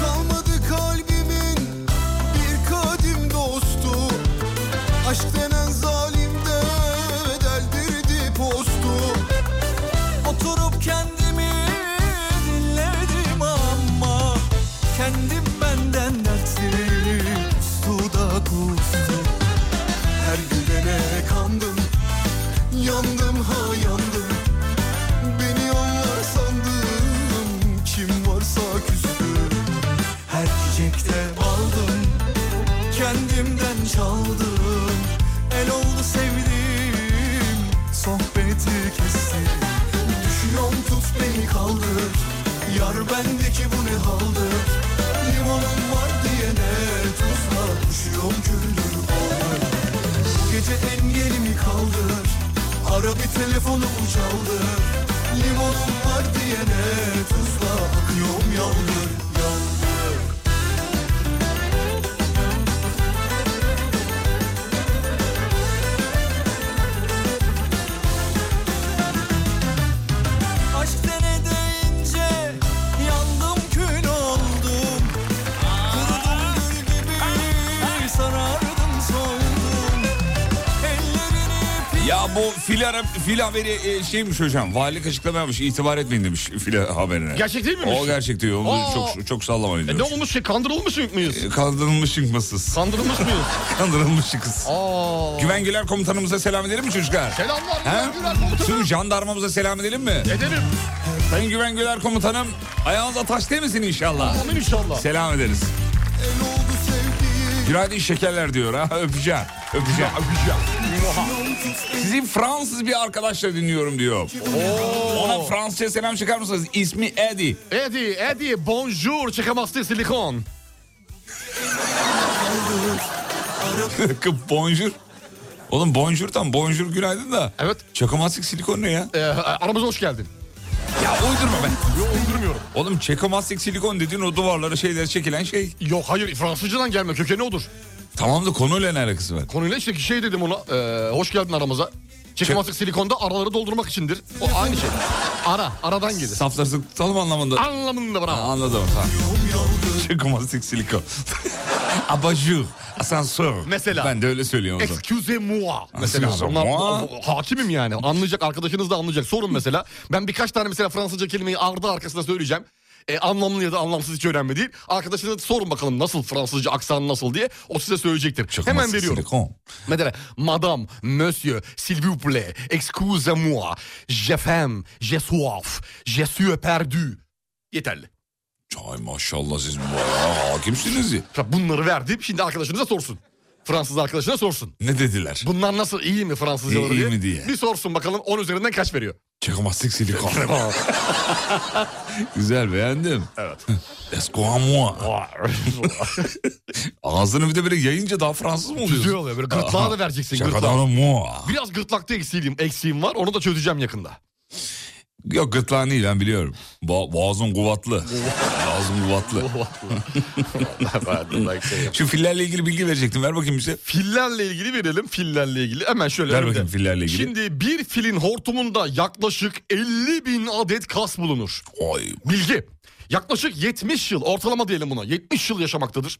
A: Kalmadı kalbimin bir kadim dostu Aşk denen zalimde deldirdi postu Oturup kendimi dinledim ama Kendim benden dertli suda kustu Her gülene kandım, yandım ha yandım Beni onlar sandım, kim varsa küstü her çiçekte aldım Kendimden çaldım El oldu sevdim Sohbeti kestim Düşüyorum tut beni kaldır Yar bendeki bu ne haldır Limonun var diyene tuzla Düşüyorum küldür olur Bu gece engelimi kaldır Ara bir telefonumu çaldır Limonun var diyene tuzla Akıyorum yaldır yaldır
C: Ya bu fil, ara, fil haberi e, şeymiş hocam. Valilik açıklama yapmış. İtibar etmeyin demiş fil haberine.
E: Gerçek değil miymiş?
C: O gerçek diyor. Onu
E: Aa.
C: çok çok sallamayın
E: E ne
C: diyor.
E: olmuş ki kandırılmış mıyız?
C: E, Kandırılmış yıkmasız.
E: Kandırılmış mıyız?
C: Kandırılmış kız.
E: Aa.
C: Güven Güler komutanımıza selam edelim mi çocuklar?
E: Selamlar
C: He?
E: Güven Güler komutanım.
C: Tüm jandarmamıza selam edelim mi?
E: Ederim.
C: Sayın Güven Güler komutanım ayağınıza taş değmesin inşallah.
E: Amin inşallah.
C: Selam ederiz. Günaydın şekerler diyor ha öpeceğim. Öpeceğim. öpeceğim. Muah. Sizi Fransız bir arkadaşla dinliyorum diyor. Ona Fransızca selam çıkar mısınız? İsmi Eddie.
E: Eddie, Eddie, bonjour, çıkamazsın silikon.
C: bonjour. Oğlum bonjour tam bonjour günaydın da.
E: Evet,
C: Çakomastik silikon ne ya?
E: e, aramıza hoş geldin.
C: Ya uydurma be.
E: Yok uydurmuyorum.
C: Oğlum çekomastik silikon dediğin o duvarlara şeyler çekilen şey.
E: Yok hayır, Fransızcadan gelme, kökeni odur.
C: Tamam da konuyla ne alakası var?
E: Konuyla işte şey dedim ona, e, hoş geldin aramıza. Çıkamazsın silikonda araları doldurmak içindir. O aynı şey. Ara, aradan gelir.
C: Safları sıkıtalım anlamında.
E: Anlamında
C: Ha,
E: bravo.
C: Anladım tamam. Çıkmazlık silikon. Abajur. Asansör.
E: Mesela.
C: Ben de öyle söylüyorum o zaman.
E: Excuse moi. Mesela
C: Excuse
E: onlar,
C: moi.
E: hakimim yani. Anlayacak arkadaşınız da anlayacak. Sorun mesela. Ben birkaç tane mesela Fransızca kelimeyi ardı arkasına söyleyeceğim. E, anlamlı ya da anlamsız hiç önemli değil. Arkadaşınıza sorun bakalım nasıl Fransızca aksanı nasıl diye. O size söyleyecektir. Hemen
C: Çıkmazlık
E: veriyorum.
C: silikon.
E: Mesela madame, monsieur, s'il vous plaît, excusez-moi, je femme, je soif, je suis perdu. Yeterli.
C: Ay maşallah siz bayağı hakimsiniz. ya.
E: Ya Bunları verdim şimdi arkadaşınıza sorsun. Fransız arkadaşına sorsun.
C: Ne dediler?
E: Bunlar nasıl iyi mi Fransızcaları
C: İyi- iyi
E: diye.
C: mi diye.
E: Bir sorsun bakalım 10 üzerinden kaç veriyor.
C: Çıkmazlık silikon. Güzel beğendim. Evet. Eskuamua. Ağzını bir de böyle yayınca daha Fransız mı oluyorsun?
E: Güzel oluyor, böyle gırtlağa da vereceksin, gırtlağa.
C: Şakadan mua.
E: Biraz gırtlakta eksiğim, eksiğim var onu da çözeceğim yakında.
C: Yok gırtlağın değil ben biliyorum. Ba- boğazın kuvvetli. Boğazın kuvvetli. Şu fillerle ilgili bilgi verecektim. Ver bakayım bize.
E: fillerle ilgili verelim fillerle ilgili hemen şöyle.
C: Ver
E: önümde.
C: bakayım fillerle ilgili.
E: Şimdi bir filin hortumunda yaklaşık 50 bin adet kas bulunur.
C: Ay.
E: Bilgi. Yaklaşık 70 yıl ortalama diyelim buna 70 yıl yaşamaktadır.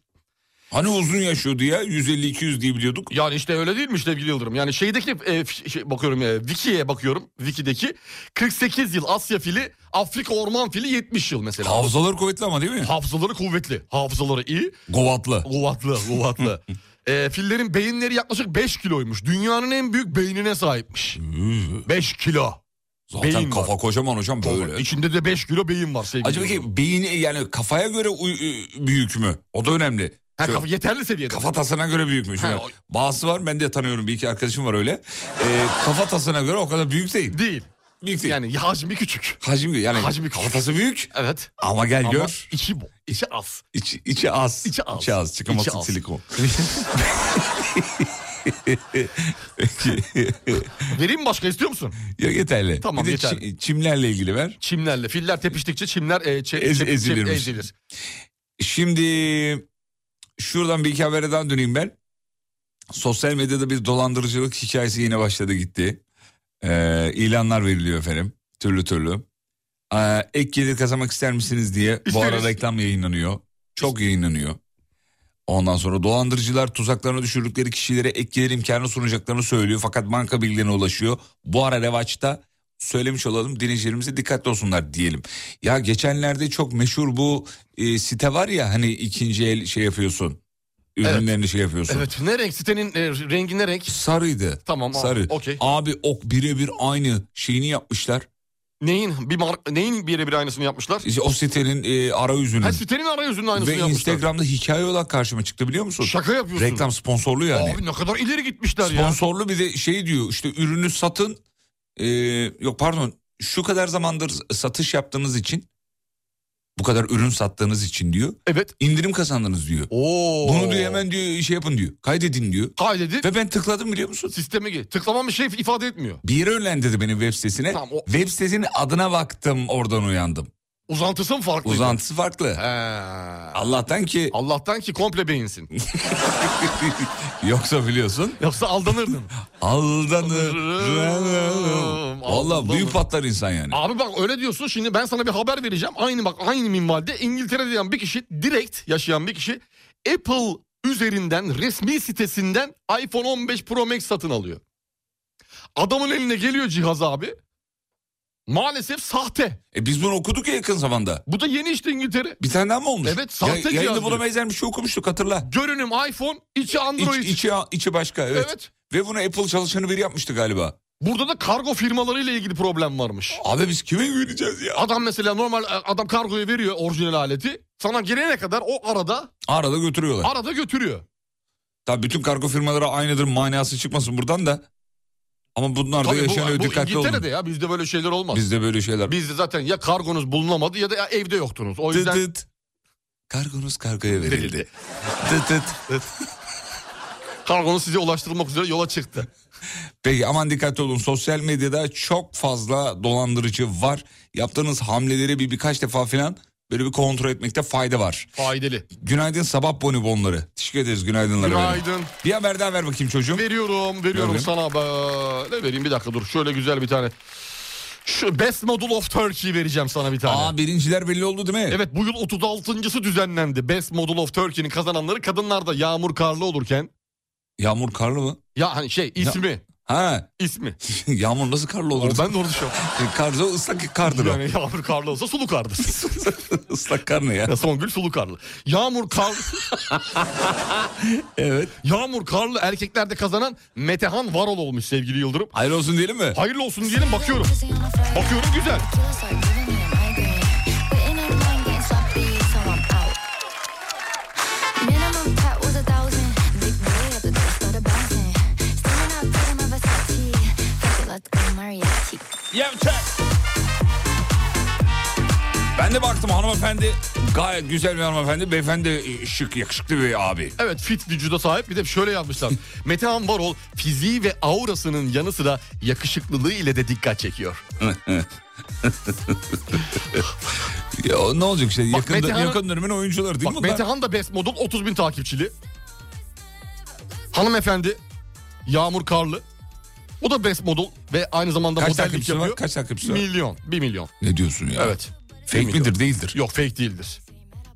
C: Hani uzun yaşıyordu ya 150-200 diye biliyorduk.
E: Yani işte öyle değil mi sevgili Yıldırım? Yani şeydeki e, f- şey, bakıyorum e, Wiki'ye bakıyorum. Wiki'deki 48 yıl Asya fili, Afrika orman fili 70 yıl mesela.
C: Hafızaları kuvvetli ama değil mi?
E: Hafızaları kuvvetli. Hafızaları iyi.
C: Kuvvetli.
E: Kuvvetli, kuvvetli. E, fillerin beyinleri yaklaşık 5 kiloymuş. Dünyanın en büyük beynine sahipmiş. 5 kilo.
C: Zaten
E: Beyin
C: kafa
E: var.
C: kocaman hocam böyle.
E: İçinde de 5 kilo beyin var sevgili
C: Acaba
E: Yıldırım.
C: ki beyni yani kafaya göre uy- ü- büyük mü? O da önemli.
E: Ha,
C: Şöyle
E: kafa, yeterli seviyede.
C: Kafa tasına göre büyük mü? Şimdi
E: Ha, o-
C: Bazısı var ben de tanıyorum bir iki arkadaşım var öyle. Ee, kafa tasına göre o kadar büyük değil.
E: Değil.
C: Büyük değil. Yani,
E: Yani hacmi küçük.
C: hacim yani
E: Hacmi küçük.
C: kafa tası büyük
E: Evet.
C: ama gel
E: Ama
C: gör
E: içi, bu- içi az.
C: içi, içi az.
E: İçi az.
C: İçi az çıkamazsın
E: İçi az.
C: silikon.
E: Vereyim mi başka istiyor musun?
C: Ya yeterli.
E: Tamam,
C: bir de
E: yeterli.
C: çi- çimlerle ilgili ver.
E: Çimlerle. Filler tepiştikçe çimler e, çe-
C: Ez-
E: çe- çe-
C: ezilirmiş.
E: ezilir.
C: Şimdi şuradan bir iki habere daha döneyim ben. Sosyal medyada bir dolandırıcılık hikayesi yine başladı gitti. Ee, ilanlar veriliyor efendim. Türlü türlü. Ee, ek gelir kazanmak ister misiniz diye bu
E: İsteriz.
C: ara reklam yayınlanıyor. Çok yayınlanıyor. Ondan sonra dolandırıcılar tuzaklarına düşürdükleri kişilere ek gelir imkanı sunacaklarını söylüyor. Fakat banka bilgilerine ulaşıyor. Bu ara revaçta söylemiş olalım dinleyicilerimize dikkatli olsunlar diyelim. Ya geçenlerde çok meşhur bu e, site var ya hani ikinci el şey yapıyorsun. Ürünlerini şey yapıyorsun.
E: Evet. Ne renk? Sitenin e, rengi ne renk?
C: Sarıydı.
E: Tamam.
C: Sarı.
E: Sarı. Okey.
C: Abi ok birebir aynı şeyini yapmışlar.
E: Neyin? Bir mark, neyin birebir aynısını yapmışlar?
C: İşte o sitenin e, arayüzünün.
E: Ha sitenin arayüzünün aynısını
C: Ve
E: yapmışlar.
C: Instagram'da hikaye olarak karşıma çıktı biliyor musun?
E: Şaka yapıyorsun.
C: Reklam sponsorlu yani.
E: Abi ne kadar ileri gitmişler ya.
C: Sponsorlu bir de şey diyor işte ürünü satın e, yok pardon şu kadar zamandır satış yaptığınız için bu kadar ürün sattığınız için diyor
E: Evet.
C: indirim kazandınız diyor.
E: Oo.
C: Bunu diyor hemen diyor şey yapın diyor kaydedin diyor.
E: Kaydedip
C: Ve ben tıkladım biliyor musun?
E: sisteme gir. Tıklamam bir şey ifade etmiyor.
C: Bir yere yönlendirdi beni web sitesine.
E: Tamam, o-
C: Web sitesinin adına baktım oradan uyandım.
E: Uzantısı mı farklıydı?
C: Uzantısı farklı.
E: He.
C: Allah'tan ki
E: Allah'tan ki komple beyinsin.
C: yoksa biliyorsun
E: Yoksa aldanırdın.
C: aldanırım. Valla büyük
E: Aldanırım.
C: patlar insan yani.
E: Abi bak öyle diyorsun şimdi ben sana bir haber vereceğim. Aynı bak aynı minvalde İngiltere'de yaşayan bir kişi direkt yaşayan bir kişi Apple üzerinden resmi sitesinden iPhone 15 Pro Max satın alıyor. Adamın eline geliyor cihaz abi. Maalesef sahte.
C: E biz bunu okuduk ya yakın zamanda.
E: Bu da yeni işte İngiltere.
C: Bir tane daha mı olmuş?
E: Evet, sahte
C: ya,
E: cihaz
C: Yayında buna
E: diyor.
C: benzer bir şey okumuştuk hatırla.
E: Görünüm iPhone, içi Android.
C: İç, içi, içi başka evet.
E: Evet.
C: Ve bunu Apple çalışanı biri yapmıştı galiba.
E: Burada da kargo firmalarıyla ilgili problem varmış.
C: Abi biz kime güveneceğiz ya?
E: Adam mesela normal e, adam kargoya veriyor orijinal aleti. Sana gelene kadar o arada
C: Arada götürüyorlar.
E: arada götürüyor.
C: Tabii bütün kargo firmaları aynıdır manası çıkmasın buradan da. Ama bunlar da
E: Tabii
C: yaşanıyor
E: bu, bu
C: dikkatli olun.
E: İngiltere'de ya bizde böyle şeyler olmaz. Biz...
C: Bizde böyle şeyler.
E: Bizde zaten ya kargonuz bulunamadı ya da ya evde yoktunuz. O
C: Tıt
E: yüzden
C: tıt. Kargonuz kargoya verildi.
E: verildi.
C: tıt tıt.
E: Kargonuz size ulaştırılmak üzere yola çıktı.
C: Peki aman dikkatli olun. Sosyal medyada çok fazla dolandırıcı var. Yaptığınız hamleleri bir birkaç defa falan böyle bir kontrol etmekte fayda var.
E: Faydalı.
C: Günaydın sabah bonibonları. Teşekkür ederiz günaydınlar. efendim.
E: Günaydın.
C: Bir haber daha ver bakayım çocuğum.
E: Veriyorum, veriyorum
C: Görelim.
E: sana böyle vereyim bir dakika dur. Şöyle güzel bir tane. Şu Best Model of Turkey vereceğim sana bir tane.
C: Aa birinciler belli oldu değil mi?
E: Evet bu yıl 36.sı düzenlendi. Best Model of Turkey'nin kazananları kadınlarda Yağmur Karlı olurken
C: Yağmur karlı mı?
E: ya hani şey ismi
C: Ha
E: ismi.
C: yağmur nasıl karlı olur?
E: O ben de onu düşünüyorum.
C: E, Kar o ıslak kardır o.
E: Yani Yağmur Karlı olsa sulu kardı.
C: Islak kar ne ya?
E: Ya Songül sulu karlı. Yağmur Karlı
C: Evet.
E: Yağmur Karlı erkeklerde kazanan Metehan Varol olmuş sevgili Yıldırım.
C: Hayırlı olsun diyelim mi?
E: Hayırlı olsun diyelim bakıyorum. Bakıyorum güzel.
C: Yemçak. Ben de baktım hanımefendi gayet güzel bir hanımefendi. Beyefendi e, şık yakışıklı bir abi.
E: Evet fit vücuda sahip bir de şöyle yazmışlar. Metehan Varol fiziği ve aurasının yanı sıra yakışıklılığı ile de dikkat çekiyor.
C: Ya, ne olacak işte yakın,
E: Metehan'ın-
C: yakın dönemin oyuncuları değil
E: Bak
C: mi bunlar?
E: Metehan da Best Model 30 bin takipçili. Hanımefendi Yağmur Karlı. O da Best Model ve aynı zamanda
C: Kaç
E: modellik
C: takipçisi var?
E: yapıyor.
C: Kaç takipçisi var?
E: milyon. 1 milyon.
C: Ne diyorsun ya?
E: Evet.
C: Fake
E: Bilmiyorum.
C: midir değildir.
E: Yok fake değildir.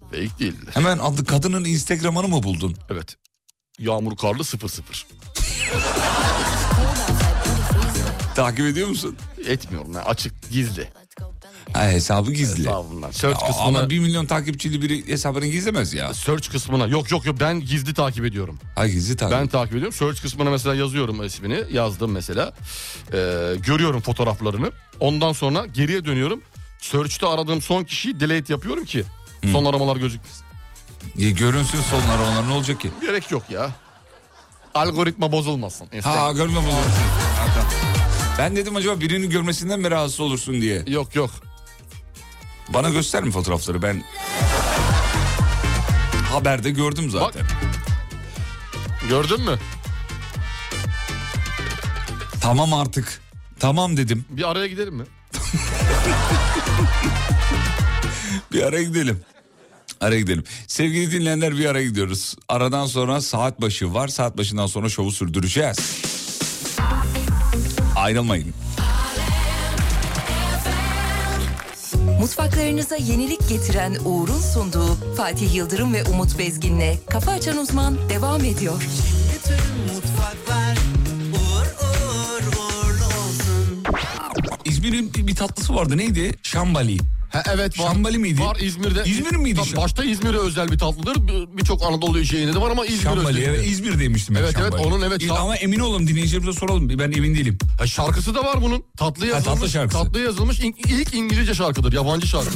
E: Fake değildir.
C: Hemen adı kadının Instagram'ını mı buldun?
E: Evet. Yağmur Karlı 00.
C: Takip ediyor musun?
E: Etmiyorum ben. Açık gizli.
C: Ha, hesabı gizli.
E: Sağ olun. Search
C: Aa,
E: kısmına.
C: Ama 1 milyon takipçili biri hesabını gizlemez ya.
E: Search kısmına. Yok yok yok ben gizli takip ediyorum.
C: Ha gizli takip.
E: Ben takip ediyorum. Search kısmına mesela yazıyorum ismini. Yazdım mesela. Ee, görüyorum fotoğraflarını. Ondan sonra geriye dönüyorum. Search'te aradığım son kişiyi delete yapıyorum ki son aramalar gözükmesin.
C: Ya, E, görünsün sonlar onlar ne olacak ki?
E: Gerek yok ya. Algoritma bozulmasın.
C: Ha
E: Instagram-
C: görme bunu. Ha, tamam. Ben dedim acaba birini görmesinden mi rahatsız olursun diye.
E: Yok yok.
C: Bana göster mi fotoğrafları ben? Haberde gördüm zaten.
E: Gördün mü?
C: Tamam artık. Tamam dedim.
E: Bir araya gidelim mi?
C: Bir ara gidelim. Ara gidelim. Sevgili dinleyenler bir ara gidiyoruz. Aradan sonra saat başı var. Saat başından sonra şovu sürdüreceğiz. Ayrılmayın.
D: Mutfaklarınıza yenilik getiren Uğur'un sunduğu Fatih Yıldırım ve Umut Bezgin'le Kafa Açan Uzman devam ediyor.
C: İzmir'in bir, bir tatlısı vardı. Neydi? Şambali.
E: Ha, evet
C: Şambali miydi?
E: Var İzmir'de.
C: İzmir miydi
E: Tam
C: şu-
E: Başta İzmir'e özel bir tatlıdır. Bir- Birçok Anadolu şeyinde de var ama İzmir
C: Şambali.
E: özel.
C: Evet, İzmir demiştim ben
E: Evet, evet,
C: Şambali.
E: onun evet,
C: İz-
E: tam-
C: Ama emin olalım dinleyicilerimize soralım. Ben emin değilim.
E: Ha, şarkısı da var bunun. Tatlı yazılmış.
C: tatlı şarkısı.
E: tatlı yazılmış. İn- ilk İngilizce şarkıdır. Yabancı şarkı.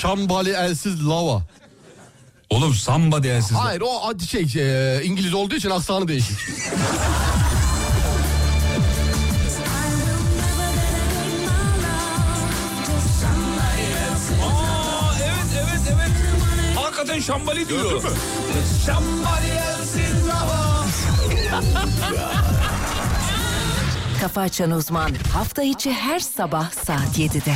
E: Şambali elsiz lava.
C: Oğlum samba değersiz.
E: Hayır o ad- şey, şey, e, İngiliz olduğu için aksanı değişik.
C: Aa, evet evet evet. Hakikaten şambali diyor. Şambali elsin lava.
D: Kafa Açan Uzman hafta içi her sabah saat 7'de.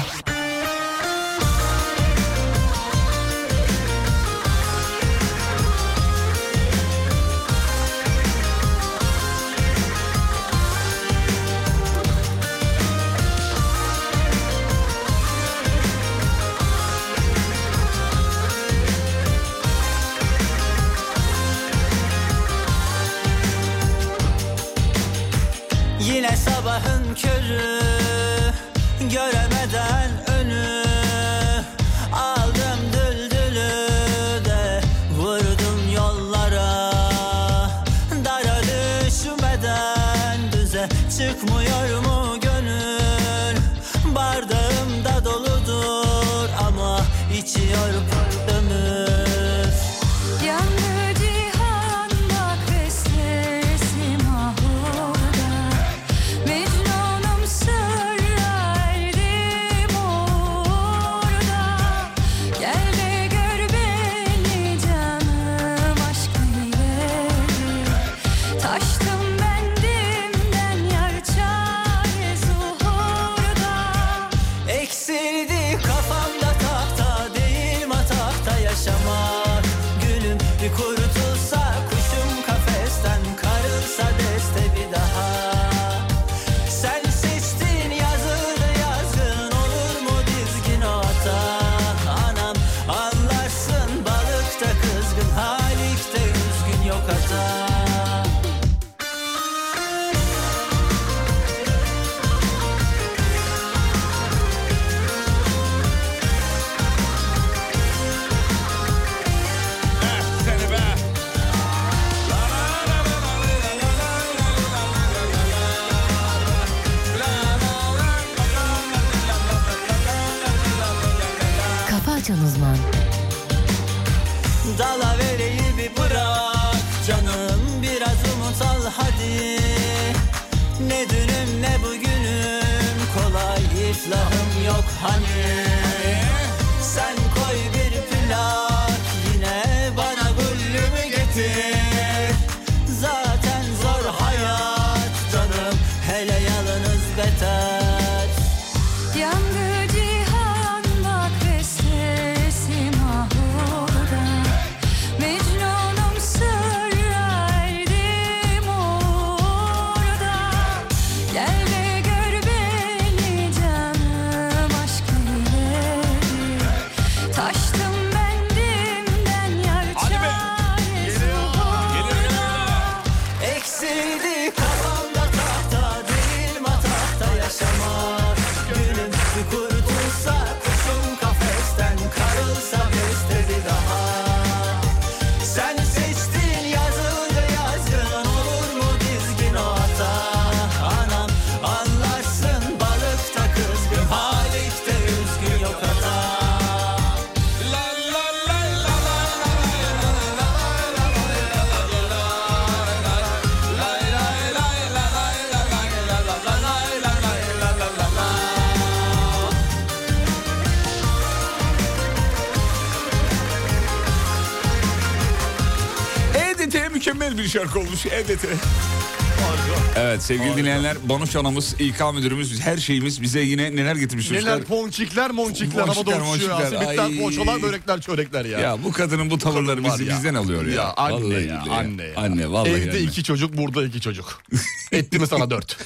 K: Yine sabah sabahın körü Göremeden önü Aldım düldülü de Vurdum yollara Dara düşmeden düze Çıkmıyor mu gönül Bardağımda doludur ama içiyor ömür
B: Yandı cihan bak beslesim ahurda Mecnunum sırra erdim orada Gel de gör beni canım aşkı ile Taştım bendimden yar çare zuhurda
K: Eksildi kafamda tahta değil matakta yaşamak Gülüm bir kurutulsa kuşum kafesten karılsa deste bir daha Sen seçtin yazılı yazgın olur mu dizgin o hata Anam anlarsın balıkta kızgın halikte üzgün yok hata
C: Seni be.
A: Kafa Açan Uzman
K: Dalavereyi bir bırak canım biraz umut al hadi Ne dünüm ne bugünüm kolay iflahım yok hani Sen koy bir plak yine bana gullümü getir Zaten zor hayat canım hele yalınız beter
B: Yandı cihan bak beslesim ahurda Mecnunum sırra erdim orada Gel de gör beni canım aşkı ile Taştım bendimden yar
C: Hadi be.
B: çaresi
C: Gelir gelir.
K: Eksildi kafamda tahta değil matahta yaşamak Günüm bir kurtulsa kuşum kafesten karılsa bestedi daha Sen seçtin yazıldı yazgın olur mu dizgin o hata Anam anlarsın balıkta kızgın halikte üzgün yok hata
C: EDT mükemmel bir şarkı olmuş EDT. Evet sevgili dinleyenler Banuş anamız, İK müdürümüz, her şeyimiz bize yine neler getirmiş çocuklar.
E: Neler ponçikler monçikler
C: Ponçikler,
E: havada uçuşuyor.
C: şey- monçikler,
E: Asibitler,
C: ay.
E: poğaçalar, börekler, çörekler ya.
C: Ya bu kadının bu tavırları
E: var
C: bizi
E: ya.
C: bizden alıyor ya.
E: Ya anne
C: Vallahi
E: ya,
C: billahi.
E: anne ya.
C: Anne vallahi
E: Evde
C: anne.
E: iki çocuk, burada iki çocuk. Etti mi sana dört?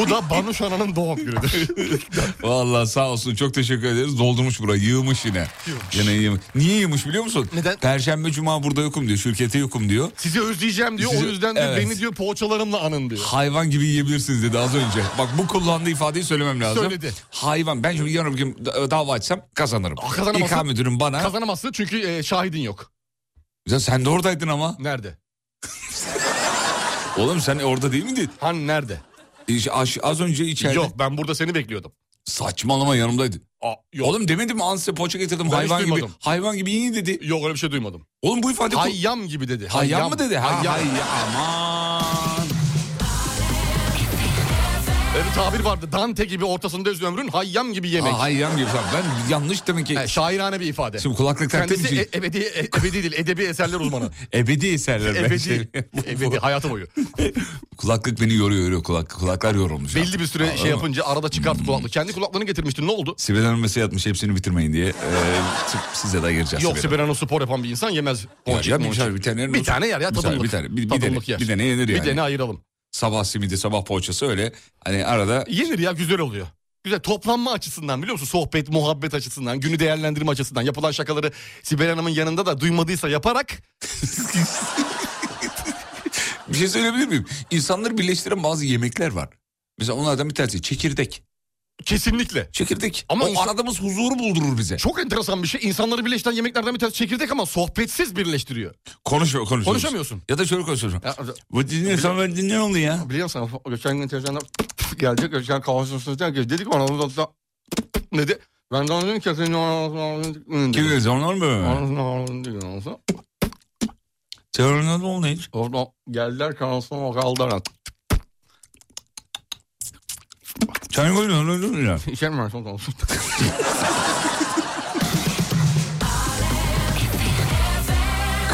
E: Bu da Banuş Ana'nın doğum günüdür.
C: Vallahi sağ olsun çok teşekkür ederiz. Doldurmuş burayı yığmış yine. Yine yığmış. Niye yığmış biliyor musun?
E: Neden?
C: Perşembe cuma burada yokum diyor. Şirkete yokum diyor.
E: Sizi özleyeceğim diyor.
C: Sizi-
E: o yüzden de
C: evet.
E: beni diyor poğaçalarımla anın diyor.
C: Hayvan gibi yiyebilirsiniz dedi az önce. Bak bu kullandığı ifadeyi söylemem lazım.
E: Söyledi.
C: Hayvan. Ben şimdi yarın bir gün da- dava açsam kazanırım.
E: Aa, kazanamazsın.
C: İK müdürüm bana.
E: Kazanamazsın çünkü e, şahidin yok.
C: Ya sen de oradaydın ama.
E: Nerede?
C: Oğlum sen orada değil miydin?
E: Han nerede?
C: İş- aş- Az önce içeride.
E: Yok ben burada seni bekliyordum.
C: Saçmalama yanımdaydın.
E: Aa, yok.
C: Oğlum demedim mi an size poğaça getirdim
E: Ben
C: hayvan
E: hiç
C: gibi.
E: duymadım.
C: Hayvan gibi iyi dedi.
E: Yok öyle bir şey duymadım.
C: Oğlum bu ifade... Hayvan
E: Hayyam gibi dedi.
C: mı dedi? Ha,
E: Hayyam.
C: hay- aman.
E: Öyle bir tabir vardı. Dante gibi ortasındayız ömrün hayyam gibi yemek.
C: Ha, hayvan gibi. falan. Ben yanlış demek ki.
E: He, şairane bir ifade.
C: Şimdi kulaklık taktığım
E: Kendisi
C: için
E: e- ebedi, e- ebedi değil, edebi eserler uzmanı.
C: ebedi eserler. ben şey-
E: ebedi, ebedi hayatı boyu.
C: kulaklık beni yoruyor, yoruyor. Kulak, kulaklar yorulmuş.
E: Belli bir süre
C: Anladın
E: şey
C: mı?
E: yapınca arada çıkart
C: Hmm.
E: kulaklığı. Kendi kulaklığını getirmiştin ne oldu?
C: Sibel Hanım mesaj atmış hepsini bitirmeyin diye. Ee, si- size de gireceğiz.
E: Yok Sibel Hanım spor yapan bir insan yemez.
C: Ya,
E: Ponçik,
C: ya
E: monçik.
C: bir, tane,
E: Bir tane yer ya
C: Bir tane,
E: tadımlık.
C: bir tane. Bir, bir
E: Tadımlık
C: dene-
E: yer.
C: bir dene yenir
E: Bir
C: yani.
E: tane ayıralım.
C: Sabah simidi, sabah poğaçası öyle. Hani arada
E: Yenir ya güzel oluyor. Güzel toplanma açısından biliyor musun? Sohbet, muhabbet açısından, günü değerlendirme açısından. Yapılan şakaları Sibel Hanım'ın yanında da duymadıysa yaparak
C: Bir şey söyleyebilir miyim? İnsanları birleştiren bazı yemekler var. Mesela onlardan bir tanesi çekirdek.
E: Kesinlikle.
C: Çekirdek.
E: Ama
C: Ama o
E: insan-
C: aradığımız huzuru buldurur bize.
E: Çok enteresan bir şey. İnsanları birleştiren yemeklerden bir tanesi çekirdek ama sohbetsiz birleştiriyor.
C: Konuşma, konuşuyoruz.
E: Konuşamıyorsun.
C: Ya da şöyle konuşuyorsun.
E: Ya,
C: Bu dinle sana dinle onu ya.
E: biliyor musun? Geçen gün televizyonda gelecek. Geçen kahvaltı sonuçta dedik bana. onu da- Dedi. Ben de ona dedim ki.
C: Kim dedi? Onlar mı?
E: Kim
C: Sen onlardan ol ne hiç?
E: Orada geldiler kanalsına kaldılar at.
C: Çay koydun onlardan mı ya?
E: İçer mi Ersan olsun?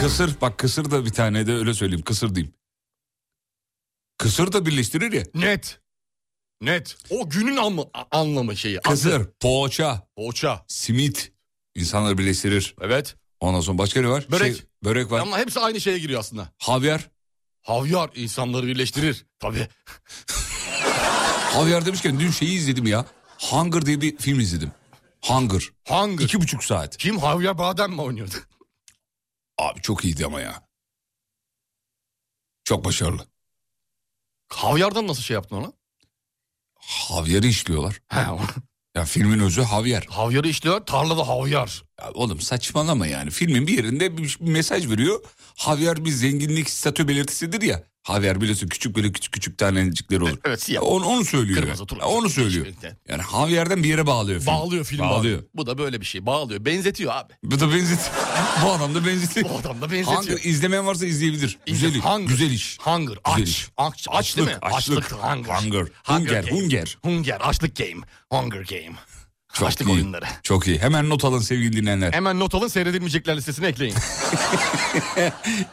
C: Kısır bak kısır da bir tane de öyle söyleyeyim kısır diyeyim. Kısır da birleştirir ya.
E: Net. Net. O günün anla- a- anlamı şeyi.
C: Kısır, poğaça,
E: Poğaça.
C: simit insanları birleştirir.
E: Evet.
C: Ondan sonra başka ne var?
E: Börek.
C: Şey, börek var.
E: Ama hepsi aynı şeye giriyor aslında.
C: Havyar.
E: Havyar insanları birleştirir. Tabii.
C: Havyar demişken dün şeyi izledim ya. Hunger diye bir film izledim. Hunger.
E: Hunger.
C: İki buçuk saat.
E: Kim Havyar Badem mi oynuyordu?
C: Abi çok iyiydi ama ya. Çok başarılı.
E: Havyardan nasıl şey yaptın ona?
C: Havyar'ı işliyorlar.
E: He, o-
C: Ya filmin özü havyar.
E: Havyarı işliyor tarlada havyar.
C: Ya oğlum saçmalama yani. Filmin bir yerinde bir bir mesaj veriyor. Havyar bir zenginlik statü belirtisidir ya. Havyar biliyorsun küçük böyle küçük küçük tanecikleri olur.
E: Evet siyah.
C: Onu, onu söylüyor.
E: Kırmızı,
C: yani.
E: turuncu.
C: Onu söylüyor.
E: Hiçbirinde.
C: Yani havyardan bir yere bağlıyor film.
E: Bağlıyor film bağlıyor. Bu da böyle bir şey bağlıyor. Benzetiyor abi.
C: Bu da benzet. Bu adam da benzetiyor.
E: Bu adam da benzetiyor.
C: Hunger izlemeyen varsa izleyebilir.
E: İşte
C: Güzel,
E: hunger.
C: güzel iş.
E: Hunger. Aç.
C: Güzel iş.
E: Aç, aç değil mi?
C: Açlık, açlık.
E: Hunger.
C: Hunger. Hunger,
E: game.
C: hunger.
E: Hunger. Açlık game. Hunger game.
C: Çok
E: açlık
C: iyi.
E: oyunları.
C: Çok iyi. Hemen not alın sevgili dinleyenler.
E: Hemen not alın seyredilmeyecekler listesine ekleyin.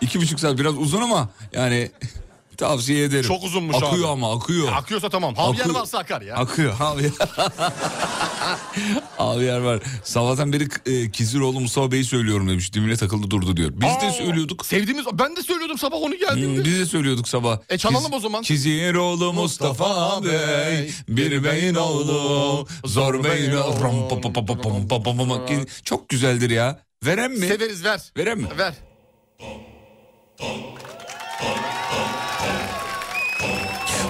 C: İki buçuk saat biraz uzun ama yani tavsiye ederim.
E: Çok uzunmuş
C: akıyor
E: abi.
C: Akıyor ama akıyor.
E: Akıyorsa tamam. Havyar
C: Akıyor.
E: varsa akar ya.
C: Akıyor abi. abi yer var. Sabahtan beri e, Kiziroğlu Mustafa Bey söylüyorum demiş. Dimine takıldı durdu diyor. Biz
E: Aa,
C: de söylüyorduk.
E: Sevdiğimiz ben de söylüyordum sabah onu
C: Hmm,
E: geldiğinde.
C: Biz de söylüyorduk sabah.
E: E, çalalım
C: Kiz-
E: o zaman.
C: Kiziroğlu Mustafa Bey, bir beyin oğlu, zor beyin oğlu. Ram, pa, pa, pa, pa, pa, pa, pa, pa, pa. Kiz- Çok güzeldir ya. Veren mi?
E: Severiz ver.
C: Veren mi?
E: Ver.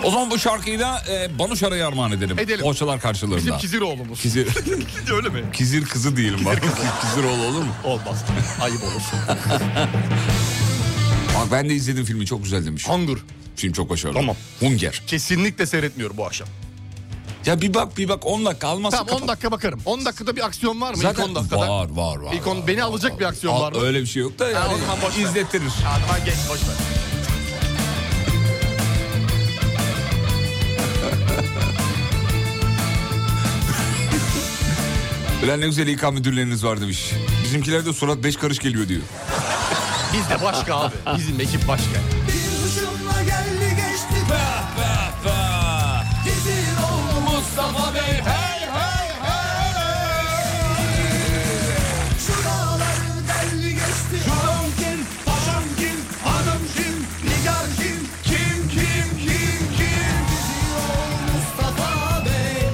C: O zaman bu şarkıyı da e, Banu Şara'ya armağan edelim.
E: Edelim.
C: Poğaçalar karşılığında.
E: Bizim Kiziroğlu'muz.
C: Kizir,
E: Öyle mi?
C: kizir kızı diyelim bak. Kiziroğlu olur mu?
E: Olmaz. Ayıp olur.
C: Bak ben de izledim filmi çok güzel demiş.
E: Hunger.
C: Film çok başarılı.
E: Tamam.
C: Hunger.
E: Kesinlikle seyretmiyorum bu akşam.
C: Ya bir bak bir bak 10 dakika almazsa
E: Tamam 10
C: kapat.
E: dakika bakarım. 10 dakikada bir aksiyon var mı?
C: Zaten
E: İlk 10 dakikada.
C: var var var.
E: İlk on- beni alacak bir aksiyon
C: Al-
E: var mı?
C: Öyle bir şey yok da yani
E: o zaman boş ver.
C: izletirir.
E: Hadi hadi geç boş ver.
C: Ulan ne güzel İK müdürleriniz var demiş. Bizimkilerde surat 5 karış geliyor diyor.
E: Biz de başka abi. Bizim ekip başka.
A: Kuşumla geldi geçti be be be Gizil oğlu Mustafa Bey hey hey hey Şu dağlar geldi geçti Şuram kim, paşam kim, hanım kim, nigar kim Kim kim kim kim Gizil oğlu Mustafa Bey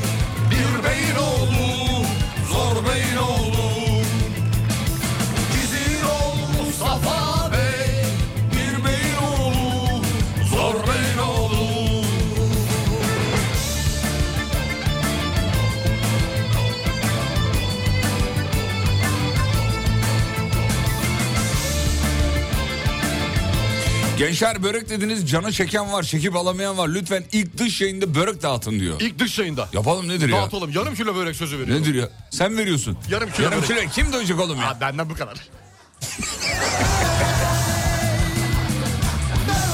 A: Bir beyin oğlu, zor beyin oğlu Gizil oğlu Mustafa Bey Bir beyin oğlu, zor beyin oğlu
C: Gençler börek dediniz canı çeken var çekip alamayan var. Lütfen ilk dış yayında börek dağıtın diyor.
E: İlk dış yayında.
C: Yapalım nedir ya?
E: Dağıtalım. Yarım kilo börek sözü veriyorum.
C: Nedir ya? Sen veriyorsun.
E: Yarım kilo
C: Yarım
E: börek.
C: kilo. Kim doyacak oğlum ya?
E: Aa, benden bu kadar.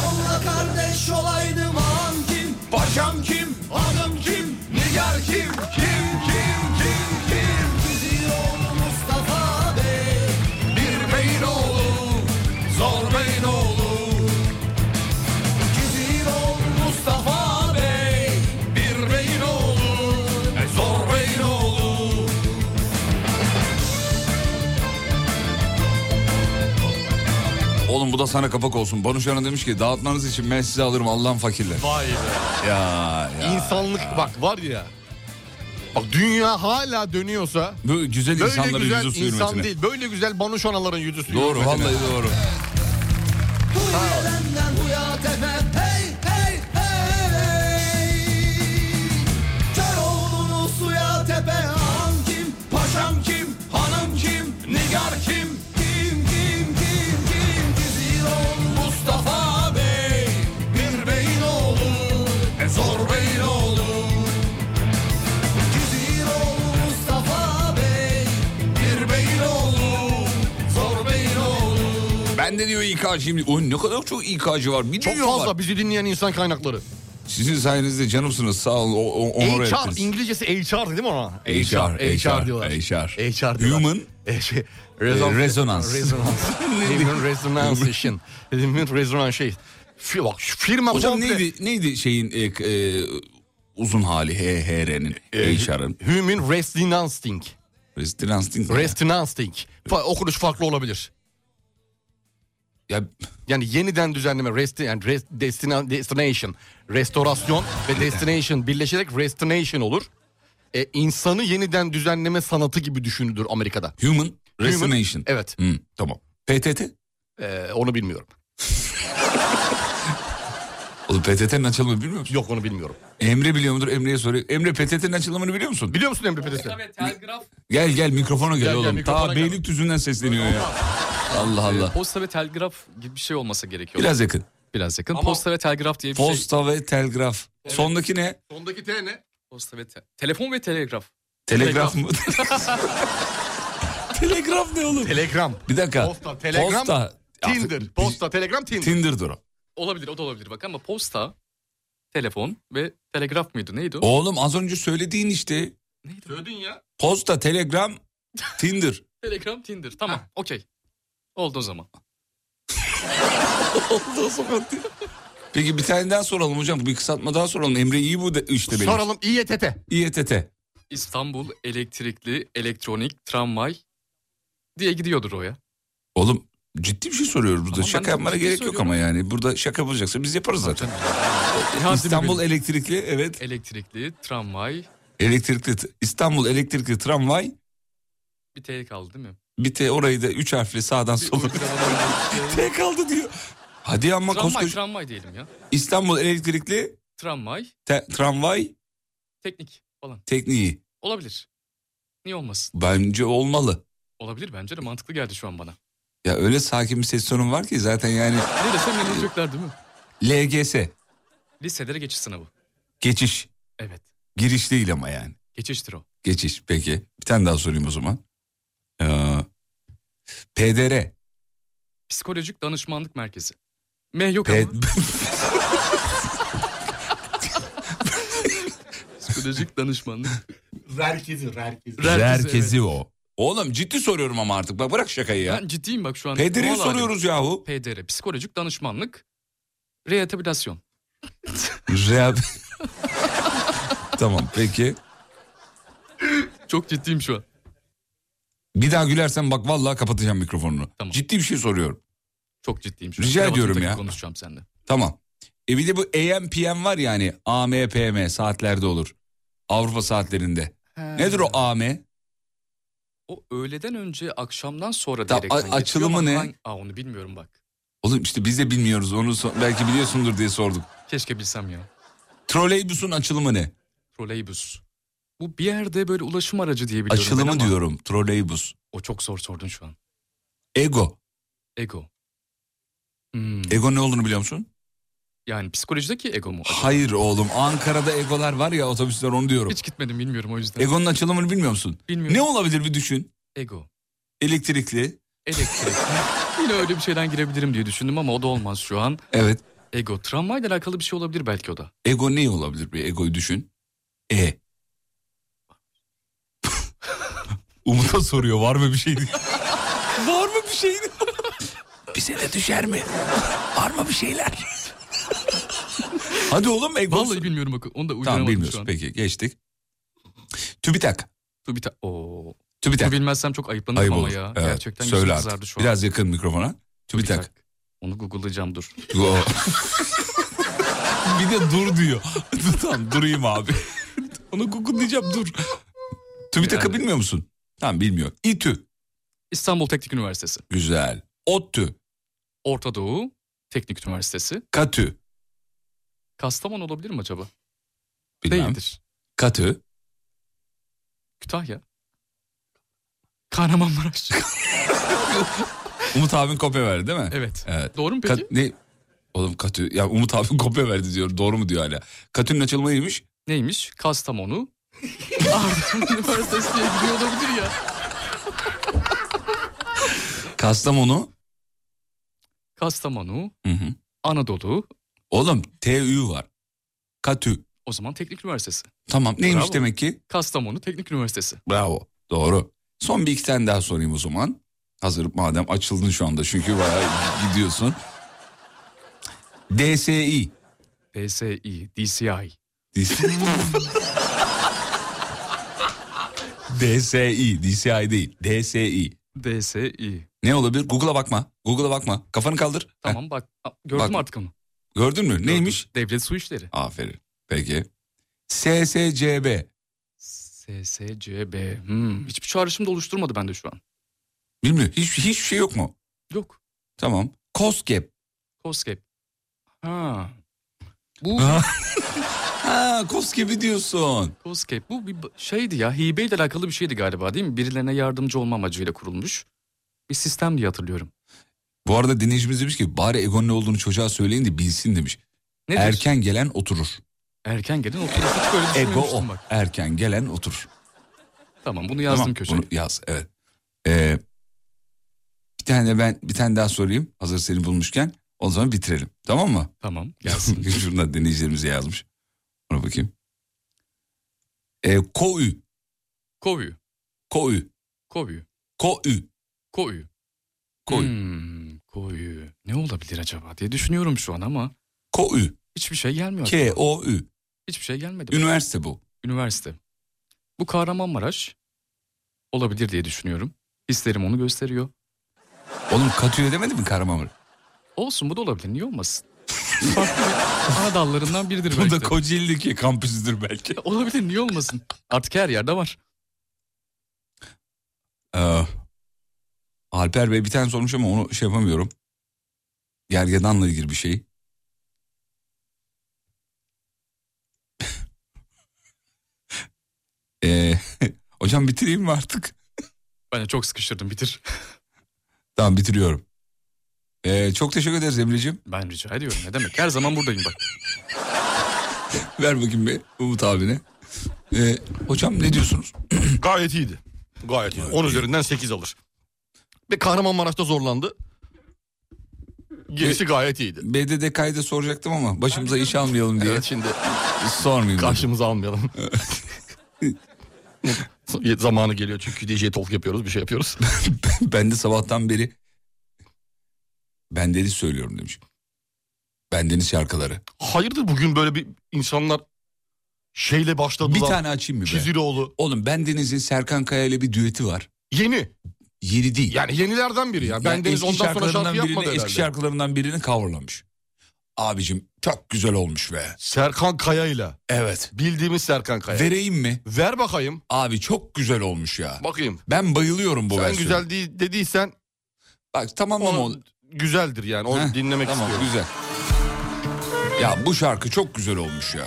A: Onunla kardeş olaydım ağam kim, paşam kim, adım kim, nigar kim Kim kim kim kim Gizil oğlu Mustafa Bey Bir beyin oğlu, zor beyin oğlu Gizil oğlu Mustafa Bey Bir beyin oğlu, zor beyin oğlu
C: Oğlum bu da sana kapak olsun. Banu Şahin demiş ki dağıtmanız için ben sizi alırım Allah'ın fakirler.
E: Vay be.
C: Ya ya.
E: İnsanlık bak var ya. Bak dünya hala dönüyorsa
C: Böyle güzel
E: böyle
C: insanların
E: güzel
C: yüzü su
E: insan
C: hürmetine.
E: değil. Böyle güzel banuşanaların yüzü su
C: Doğru
E: hürmetine.
C: vallahi doğru.
A: Bu yerden bu ya tepe
C: de diyor İK şimdi. O ne kadar çok İK'cı var. Bir
E: Çok
C: milyon
E: fazla
C: var.
E: bizi dinleyen insan kaynakları.
C: Sizin sayenizde canımsınız. Sağ olun. O, o, onur
E: HR,
C: ettiniz.
E: İngilizcesi HR değil mi ona? HR,
C: HR,
E: HR, diyorlar.
C: HR.
E: HR diyorlar.
C: Human.
E: E, şey,
C: E, resonans.
E: Resonans. Human resonans işin. Human resonans şey. Fi- Bak şu firma
C: Hocam
E: komple-
C: neydi neydi şeyin e, k- e, uzun hali HHR'nin, HR'ın?
E: Human resonancing.
C: Resistance değil mi?
E: Resonancing. Fa- Okunuş farklı olabilir.
C: Ya
E: Yani yeniden düzenleme resti yani rest, destina- destination, restorasyon ve destination birleşerek restination olur. E, insanı yeniden düzenleme sanatı gibi düşünülür Amerika'da.
C: human
E: Human-
C: resonation.
E: Evet.
C: Hı, tamam. PTT.
E: E, onu bilmiyorum.
C: Oğlum PTT'nin açılımını bilmiyor musun?
E: Yok onu bilmiyorum.
C: Emre biliyor mudur? Emre'ye soruyor. Emre PTT'nin açılımını biliyor musun?
E: Biliyor musun Emre Pedersen?
L: Telgraf,
C: Gel gel mikrofona gel,
E: Gel, gel,
C: oğlum.
E: mikrofona gel.
C: Ta
E: Şey,
C: Beylikdüzü'nden sesleniyor ya. Allah Allah.
L: posta ve telgraf gibi bir şey olması gerekiyor.
C: Biraz yakın.
L: Biraz yakın. Posta ve telgraf diye bir şey.
C: Posta ve telgraf. Sondaki ne?
E: Sondaki T ne?
L: Posta ve te- telefon ve telegraf.
C: Telegraf mı? Telegraf ne oğlum?
E: Telegram.
C: Bir dakika.
E: Posta, Telegram,
C: Posta.
E: Tinder. Posta, Telegram, Tinder.
C: Tinder'dır o.
L: Olabilir, o da olabilir bak ama posta, telefon ve telegraf mıydı? Neydi o?
C: Oğlum az önce söylediğin işte.
L: Neydi? o?
E: Söyledin ya.
C: Posta, telegram, Tinder.
L: Telegram, Tinder. Tamam, okey. Oldu o zaman.
C: Peki bir tane daha soralım hocam. Bir kısaltma daha soralım. Emre iyi bu de, işte benim.
E: Soralım İETT.
C: İETT.
L: İstanbul elektrikli elektronik tramvay diye gidiyordur o ya.
C: Oğlum ciddi bir şey soruyoruz burada.
L: Tamam, ben
C: şaka
L: de
C: yapmana
L: ciddi
C: gerek yok
L: söylüyorum.
C: ama yani. Burada şaka yapılacaksa biz yaparız zaten.
L: Hadi
C: İstanbul
L: bir-
C: elektrikli evet.
L: elektrikli tramvay
C: Elektrikli t- İstanbul elektrikli tramvay.
L: bir T kaldı değil mi?
C: Bir te orayı da üç harfli sağdan sola. T kaldı diyor. Hadi ama
L: tramvay,
C: koskoca
L: tramvay diyelim ya.
C: İstanbul elektrikli
L: Tramvay,
C: te- tramvay
L: teknik falan.
C: tekniği.
L: Olabilir. Niye olmasın?
C: Bence olmalı.
L: Olabilir bence de mantıklı geldi şu an bana.
C: Ya öyle sakin bir ses tonun var ki zaten yani
L: Ne desem inanacaklar değil mi?
C: LGS
L: Liselere geçiş sınavı.
C: geçiş
L: Evet.
C: giriş değil ama yani.
L: Geçiştir o.
C: Geçiş peki. Bir tane daha sorayım o zaman. Ee, PDR.
L: Psikolojik danışmanlık merkezi. M yok
C: P-
L: ama. Psikolojik danışmanlık.
K: Herkesi, herkesi.
C: Herkesi o. Oğlum ciddi soruyorum ama artık. Bak bırak şakayı ya.
L: Ben ciddiyim bak şu an.
C: PDR'yi
L: Vallahi
C: soruyoruz yahu.
L: diyorum. PDR. Psikolojik danışmanlık. Rehabilitasyon.
C: Reab... tamam peki.
L: Çok ciddiyim şu an.
C: Bir daha gülersen bak vallahi kapatacağım mikrofonunu.
L: Tamam.
C: Ciddi bir şey soruyorum.
L: Çok ciddiyim şu an.
C: Rica
L: Kravatımı
C: ediyorum
L: takıp
C: ya.
L: Konuşacağım seninle.
C: Tamam. E bir de bu AM PM var hani, yani AM PM saatlerde olur. Avrupa saatlerinde. Nedir o AM?
L: O öğleden önce akşamdan sonra
C: Tamam,
L: diyerek. hani
C: a- açılımı ne?
L: Aa, onu bilmiyorum bak.
C: Oğlum işte biz de bilmiyoruz onu so- belki biliyorsundur diye sorduk.
L: Keşke bilsem ya.
C: Troleybusun açılımı ne?
L: Troleybüs. Bu bir yerde böyle ulaşım aracı diye biliyorum ben
C: Açılımı
L: ama
C: diyorum troleybus.
L: O çok zor sordun şu an.
C: Ego.
L: Ego. Hmm,
C: Ego ne olduğunu biliyor musun?
L: Yani psikolojideki ego mu? acaba?
C: Hayır oğlum Ankara'da egolar var ya otobüsler onu diyorum.
L: Hiç gitmedim bilmiyorum o yüzden.
C: Egonun açılımını bilmiyor musun?
L: Bilmiyorum.
C: Ne olabilir bir düşün.
L: Ego.
C: Elektrikli.
L: Elektrik. Yine öyle bir şeyden girebilirim diye düşündüm ama o da olmaz şu an.
C: Evet.
L: Ego. Tramvayla alakalı bir şey olabilir belki o da.
C: Ego ne olabilir bir egoyu düşün. E. Umut'a soruyor var mı bir şey diye. var mı bir şey Bize de düşer mi? Var mı bir şeyler? Hadi oğlum ego.
L: Vallahi bilmiyorum bak. Onu da uyduramadım
C: Tamam
L: şu
C: bilmiyorsun
L: an.
C: peki geçtik. TÜBİTAK.
L: Dur bir ta- Oo. Bunu
C: TÜBİTAK.
L: bilmezsem çok ayıplanırım
C: Ayıp
L: ama
C: olur.
L: ya.
C: Evet,
L: Gerçekten yüzüm
C: Söyle
L: kızardı
C: artık.
L: şu an.
C: Biraz yakın mikrofona.
L: Bir
C: TÜBİTAK.
L: dakika. Onu google'layacağım dur.
C: Yo. bir de dur diyor. tamam durayım abi. Onu google'layacağım dur. TÜBİTAK'ı
L: Yani.
C: bilmiyor musun? Tamam bilmiyor. İTÜ.
L: İstanbul Teknik Üniversitesi.
C: Güzel. ODTÜ.
L: Orta Doğu Teknik Üniversitesi.
C: KATÜ.
L: Kastamonu olabilir mi acaba?
C: Bilmem.
L: Değildir.
C: KATÜ.
L: Kütahya. Kahramanmaraş.
C: Umut abin kopya verdi değil mi?
L: evet.
C: Evet.
L: Doğru mu peki?
C: Kat- ne? Oğlum KATÜ. Ya Umut abin kopya verdi diyor. Doğru mu diyor hala. KATÜ'nün açılımı neymiş?
L: Neymiş? Kastamonu. Ardahan Üniversitesi diye gidiyor olabilir ya.
C: Kastamonu.
L: Kastamonu, Anadolu.
C: Oğlum TÜ var. Katü.
L: O zaman Teknik Üniversitesi.
C: Tamam neymiş
L: Bravo.
C: demek ki?
L: Kastamonu Teknik Üniversitesi.
C: Bravo. Doğru. Son bir iki tane daha sorayım o zaman. Hazır madem açıldın şu anda çünkü bayağı gidiyorsun. DSI.
L: DSI, DCI.
C: DSI, DSI değil. DSI.
L: DSI.
C: Ne olabilir? Google'a bakma. Google'a bakma. Kafanı kaldır.
L: Tamam bak gördüm
C: Bak.
L: artık onu.
C: Gördün mü? Neymiş?
L: Devlet Su İşleri.
C: Aferin. Peki. SSCB.
L: SSCB. Hmm. Hiçbir çağrışım da oluşturmadı bende şu an.
C: Bilmiyorum. Hiç, hiçbir şey yok mu?
L: Yok.
C: Tamam. COSGAP.
L: COSGAP. Ha. Bu...
C: ha COSGAP'i diyorsun.
L: COSGAP bu bir şeydi ya hibeyle alakalı bir şeydi galiba değil mi? Birilerine yardımcı olma amacıyla kurulmuş bir sistem diye hatırlıyorum.
C: Bu arada dinleyicimiz demiş ki bari Egon'un ne olduğunu çocuğa söyleyin de bilsin demiş.
L: Nedir?
C: Erken gelen oturur.
L: Erken gelen oturup hiç böyle
C: Ego
L: düşünmemiştim
C: o.
L: bak.
C: Erken gelen oturur.
L: Tamam bunu yazdım
C: Tamam,
L: köşeye.
C: Bunu yaz evet. Ee, bir tane de ben bir tane daha sorayım. Hazır seni bulmuşken o zaman bitirelim. Tamam mı?
L: Tamam.
C: Gelsin. Şuradan dinleyicilerimize yazmış. Ona bakayım. Ee, koü.
L: Koyu.
C: Koü.
L: Koyu.
C: Koü.
L: Koyu.
C: Koyu.
L: Hmm, koyu. Ne olabilir acaba diye düşünüyorum şu an ama.
C: Koyu.
L: Hiçbir şey gelmiyor.
C: K
L: aklıma.
C: O Ü.
L: Hiçbir şey gelmedi. bana.
C: Üniversite bu.
L: Üniversite. Bu Kahramanmaraş olabilir diye düşünüyorum. Hislerim onu gösteriyor.
C: Oğlum Katü'ye demedi mi Kahramanmaraş?
L: Olsun bu da olabilir. Niye olmasın? Farklı bir ana dallarından biridir
C: Bu
L: belki.
C: da Kocaeli'deki kampüsüdür belki.
L: Olabilir niye olmasın? Artık her yerde var.
C: Ee, Alper Bey bir tane sormuş ama onu şey yapamıyorum. Gergedanla ilgili bir şey. Ee, hocam bitireyim mi artık?
L: Ben de çok sıkıştırdım bitir.
C: Tamam bitiriyorum. Ee, çok teşekkür ederiz Emre'ciğim.
L: Ben rica ediyorum ne demek. Her zaman buradayım bak.
C: Ver bakayım bir Umut abine. Ee, hocam ne diyorsunuz?
E: Gayet iyiydi. Gayet iyi. 10 üzerinden 8 alır. Ve Kahramanmaraş'ta zorlandı. Gerisi gayet iyiydi.
C: BDD kaydı soracaktım ama başımıza iş almayalım diye.
E: şimdi
C: sormayayım.
E: Karşımıza almayalım. Zamanı geliyor çünkü DJ Talk yapıyoruz bir şey yapıyoruz.
C: ben de sabahtan beri ben deniz söylüyorum demiş. Ben deniz şarkıları.
E: Hayırdır bugün böyle bir insanlar şeyle başladılar.
C: Bir tane açayım mı be?
E: Çiziroğlu.
C: Oğlum ben Deniz'in Serkan Kaya ile bir düeti var.
E: Yeni.
C: Yeni değil.
E: Yani yenilerden biri ya. Ben
C: Yani
E: Deniz
C: eski
E: ondan sonra
C: şarkılarından
E: şarkı
C: birini-
E: yapmadı herhalde.
C: Eski şarkılarından birini coverlamış. Abicim çok güzel olmuş be.
E: Serkan Kaya'yla.
C: Evet.
E: Bildiğimiz Serkan Kaya.
C: Vereyim mi?
E: Ver bakayım.
C: Abi çok güzel olmuş ya.
E: Bakayım.
C: Ben bayılıyorum bu
E: Sen
C: versiyonu.
E: güzel değil dediysen.
C: Bak tamam
E: ama. Güzeldir yani onu
C: Heh,
E: dinlemek
C: tamam,
E: istiyorum.
C: güzel. Ya bu şarkı çok güzel olmuş ya.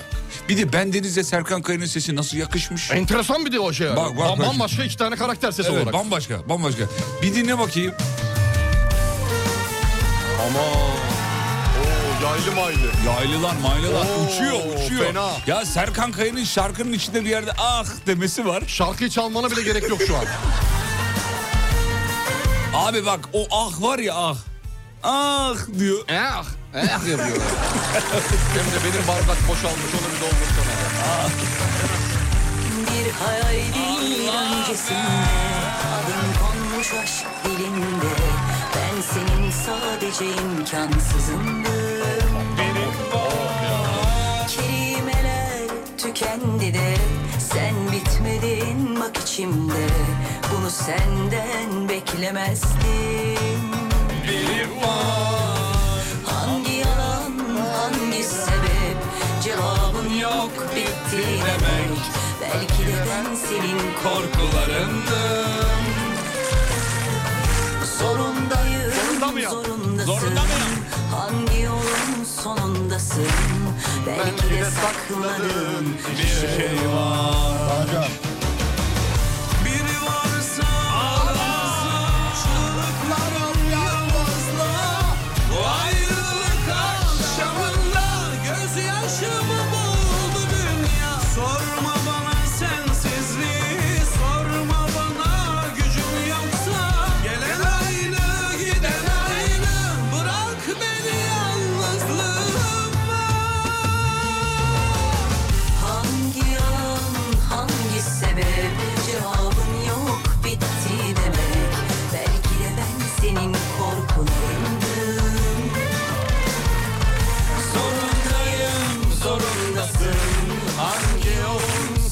C: Bir de ben Deniz'le Serkan Kaya'nın sesi nasıl yakışmış.
E: Enteresan bir de o şey. yani.
C: Bak, bak, bak.
E: Bambaşka iki tane karakter sesi
C: evet,
E: olarak.
C: bambaşka bambaşka. Bir dinle bakayım.
E: Ama o yaylı maylı.
C: Yaylılar maylılar
E: Oo,
C: uçuyor uçuyor.
E: fena.
C: Ya Serkan Kaya'nın şarkının içinde bir yerde ah demesi var.
E: Şarkıyı çalmana bile gerek yok şu an.
C: Abi bak o ah var ya ah. Ah diyor.
E: Ah. Ah yapıyor. Hem de benim bardak boşalmış onu bir doldur sana.
B: Bir hayalin öncesinde Adım konmuş aşk dilinde Ben senin sadece imkansızındım Kelimeler tükendi de Sen bitmedin bak içimde Bunu senden beklemezdim Benim Hangi yalan hangi sebep Cevabın yok bitti demek Belki de ben senin korkularındım Zorundayım Zorunda mıyım? Zorundasın Hangi yolun sonundasın Belki de sakladığın bir şey var
M: Biri varsa ağlasın Çığlıklarım yalnızlığa Bu ayrılık akşamında Gözyaşımı boğdu dünya Sorma bana sensizliği Sorma bana gücüm yoksa Gelen aynı giden aynı Bırak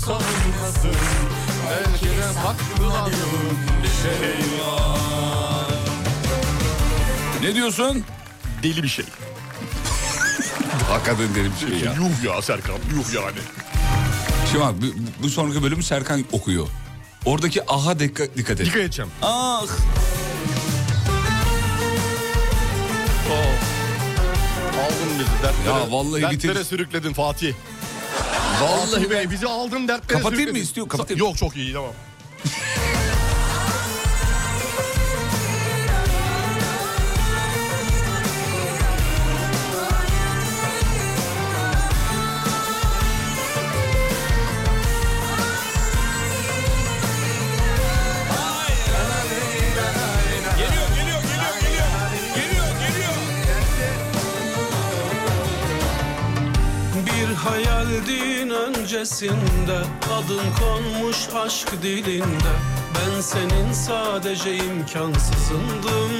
N: zorundasın Belki de sakladığın bir şey var
O: Ne diyorsun?
E: Deli bir şey.
C: Hakikaten deli bir şey ya.
E: Yuh ya Serkan yuh yani.
C: Şimdi bak bu, bu sonraki bölümü Serkan okuyor. Oradaki aha dikkat, dikkat et.
E: Dikkat edeceğim.
O: Ah.
E: Oh. Aldın bizi dertlere.
C: Ya vallahi
E: dertlere
C: bitir-
E: sürükledin Fatih.
C: Vallahi
E: Fatih Bey
C: ben-
E: bizi aldın dertlere
C: Kapatayım mı
E: sürükledin.
C: istiyor, kapatayım.
E: Yok çok iyi tamam.
M: Bir hayaldin öncesinde Adın konmuş aşk dilinde Ben senin sadece imkansızındım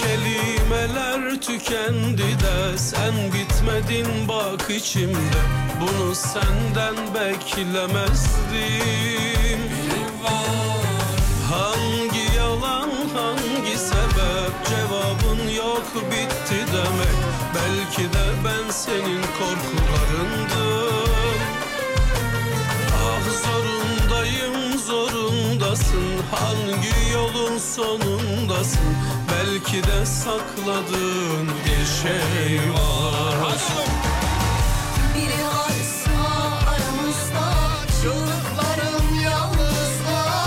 M: Kelimeler tükendi de Sen bitmedin bak içimde Bunu senden beklemezdim Hangi yalan hangi sebep Cevabın yok bitti demek Belki de ben senin korkularındım Ah zorundayım zorundasın Hangi yolun sonundasın Belki de sakladığın bir şey var
A: Biri haksa aramızda Çığlıklarım yalnızla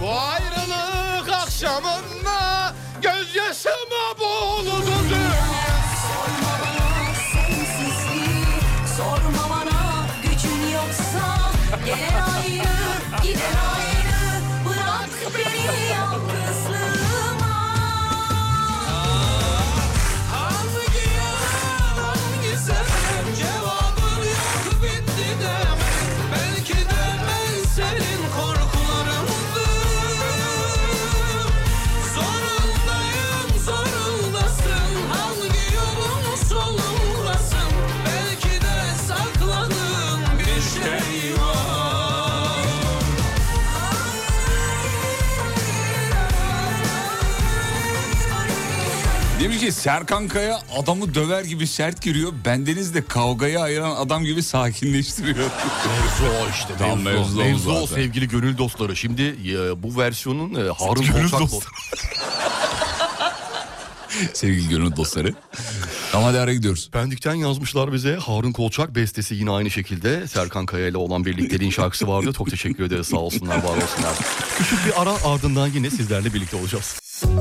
E: Bu ayrılık akşamında gözyaşıma boğuldum
A: Sorma bana sensizliği Sorma bana gücün yoksa Gel ayrı gider ayrı Bırak beni yalnızlığıma
M: Hangi yalan hangi sebep Cevabın yok bitti demek Belki de ben senin korkularındım Zorundayım zorundasın Hangi yolun solundasın Belki de sakladığın bir şey var
C: Demiş ki Serkan Kaya adamı döver gibi sert giriyor. Bendeniz de kavgayı ayıran adam gibi sakinleştiriyor.
E: Mevzu o işte.
C: Tam mevzu,
E: mevzu
C: o
E: o
C: zaten.
E: sevgili gönül dostları. Şimdi e, bu versiyonun e, Harun
C: Gönül
E: Kolçak
C: dostları. Sevgili gönül dostları. Ama hadi araya gidiyoruz.
E: Pendik'ten yazmışlar bize. Harun Kolçak bestesi yine aynı şekilde. Serkan Kaya ile olan birlikteliğin şarkısı vardı. Çok teşekkür ederiz. Sağ olsunlar, var olsunlar. Küçük bir ara ardından yine sizlerle birlikte olacağız.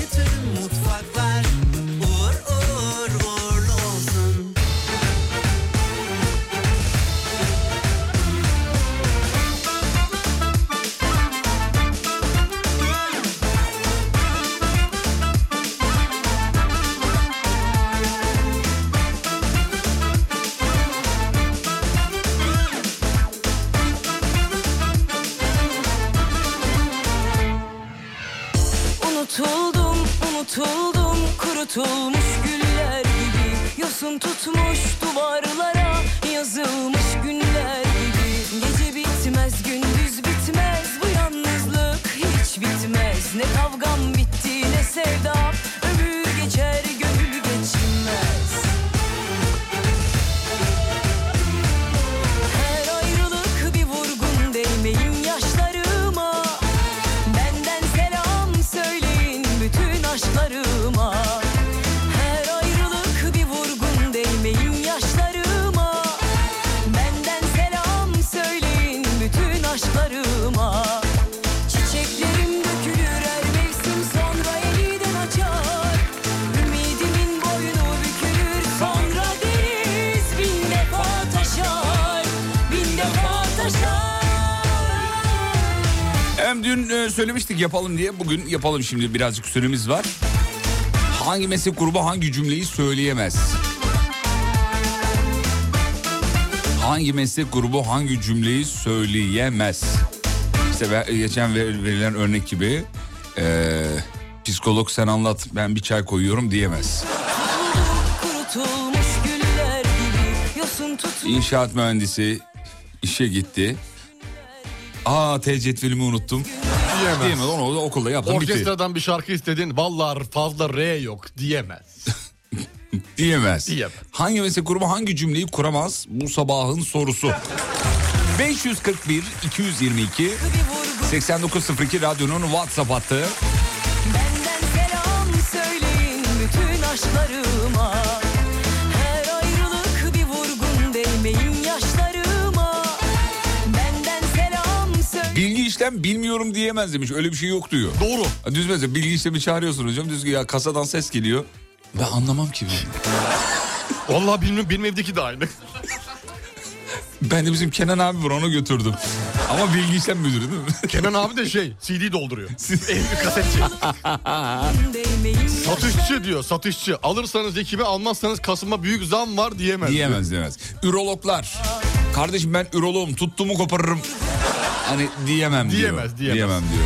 N: Bütün mutfaklar uğur uğur uğurlu olsun
B: Unutuldum, unutuldum, kurutulmuş güller gibi Yosun tutmuş duvarlara yazılmış günler gibi Gece bitmez, gündüz bitmez, bu yalnızlık hiç bitmez Ne kavgam bitti ne sevdam, ömür geçer gönül geçmez Her ayrılık bir vurgun değmeyim yaşlarıma Benden selam söyleyin bütün aşklarıma Her ayrılık bir vurgun değmeyin yaşlarıma Benden selam söyleyin bütün aşklarıma Çiçeklerim dökülür her mevsim sonra yeniden açar Ümidimin boynu bükülür sonra deniz bin defa taşar Bin defa taşar
C: Hem dün e, söylemiştik yapalım diye bugün yapalım şimdi birazcık süremiz var. Hangi meslek grubu hangi cümleyi söyleyemez? Hangi meslek grubu hangi cümleyi söyleyemez? İşte ve- geçen ver- verilen örnek gibi e, psikolog psikolog sen anlat ben bir çay koyuyorum diyemez.
B: Kurutulmuş güller gibi yosun tut
C: İnşaat mühendisi işe gitti. Aa T cetvelimi unuttum.
E: Diyemez.
C: Diyemez onu okulda yaptım bitti.
E: Orkestradan bir şarkı istedin. Vallahi fazla R yok diyemez.
C: Diyemez. Hangi meslek grubu hangi cümleyi kuramaz? Bu sabahın sorusu. 541 222 8902 radyonun WhatsApp hattı.
B: Selam söyleyin bütün aşklarıma Her ayrılık bir vurgun değmeyin yaşlarıma Benden selam söyleyin
C: Bilgi işlem bilmiyorum diyemez demiş. Öyle bir şey yok diyor. Doğru. Düz mesela bilgi işlemi çağırıyorsun hocam. Düz ya kasadan ses geliyor. Ben anlamam ki.
E: Vallahi bilmiyorum benim evdeki de aynı.
C: Ben de bizim Kenan abi var onu götürdüm. Ama bilgi işlem müdürü değil mi?
E: Kenan abi de şey CD dolduruyor. Evli kasetçi. satışçı diyor satışçı. Alırsanız ekibe almazsanız kasıma büyük zam var diyemez.
C: Diyemez diyemez. Ürologlar. Kardeşim ben üroloğum tuttuğumu koparırım. Hani diyemem diyor.
E: Diyemez, diyemez.
C: diyor.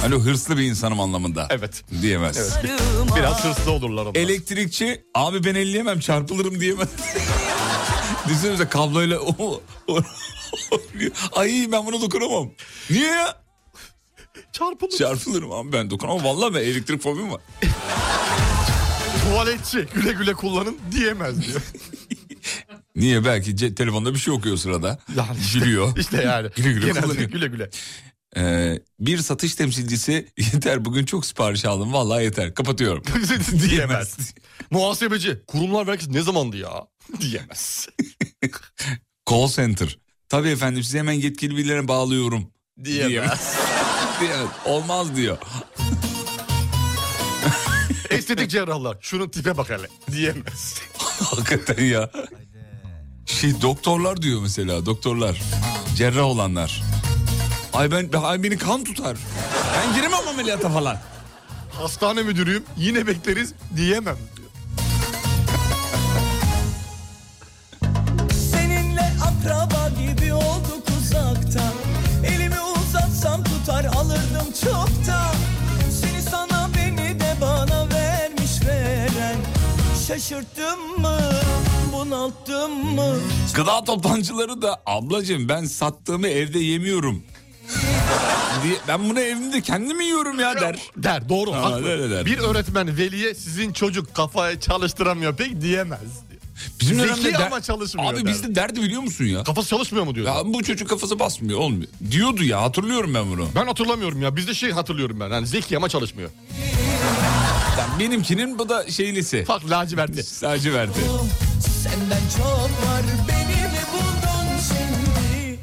C: Hani hırslı bir insanım anlamında. Evet. Diyemez.
E: Evet. Biraz hırslı olurlar onlar.
C: Elektrikçi abi ben elleyemem çarpılırım diyemez. Düşünsenize kabloyla o, o- Ay ben bunu dokunamam. Niye ya?
E: Çarpılır.
C: Çarpılırım abi ben dokunamam. Vallahi ben elektrik fobim var.
E: Tuvaletçi güle güle kullanın diyemez diyor.
C: Niye belki ce- telefonda bir şey okuyor sırada. Yani Gülüyor.
E: İşte yani.
C: Güle güle
E: Genelde
C: kullanıyor.
E: Güle güle.
C: Ee, bir satış temsilcisi yeter bugün çok sipariş aldım vallahi yeter kapatıyorum.
E: diyemez. Muhasebeci. Kurumlar vergisi ne zamandı ya? Diyemez.
C: Call center. Tabii efendim sizi hemen yetkili birilerine bağlıyorum. Diyemez. Diyemez. Olmaz diyor.
E: Estetik cerrahlar. Şunun tipe bak hele. Diyemez.
C: Hakikaten ya. Şey doktorlar diyor mesela doktorlar. Cerrah olanlar. Ay ben ay beni kan tutar. Ben giremem ameliyata falan.
E: Hastane müdürüyüm. Yine bekleriz diyemem.
A: Seninle akraba gibi olduk uzaktan Elimi uzatsam tutar alırdım çoktan Seni sana beni de bana vermiş veren Şaşırttım mı bunalttım mı
C: Gıda toptancıları da ablacığım ben sattığımı evde yemiyorum. diye, ben bunu evimde kendim yiyorum ya der.
E: Der doğru.
C: Ha,
E: haklı.
C: der, der.
E: Bir öğretmen veliye sizin çocuk kafaya çalıştıramıyor pek diyemez. diyor.
C: Bizim
E: Zeki
C: dönemde der-
E: ama çalışmıyor.
C: Abi
E: der.
C: bizde derdi biliyor musun ya?
E: Kafası çalışmıyor mu diyor?
C: Ya bu çocuk kafası basmıyor olmuyor. Diyordu ya hatırlıyorum ben bunu.
E: Ben hatırlamıyorum ya. Bizde şey hatırlıyorum ben. Hani zeki ama çalışmıyor.
C: Ya benimkinin bu da şeylisi.
E: Bak laciverti.
C: Laciverti.
A: Senden çok var beni mi buldun şimdi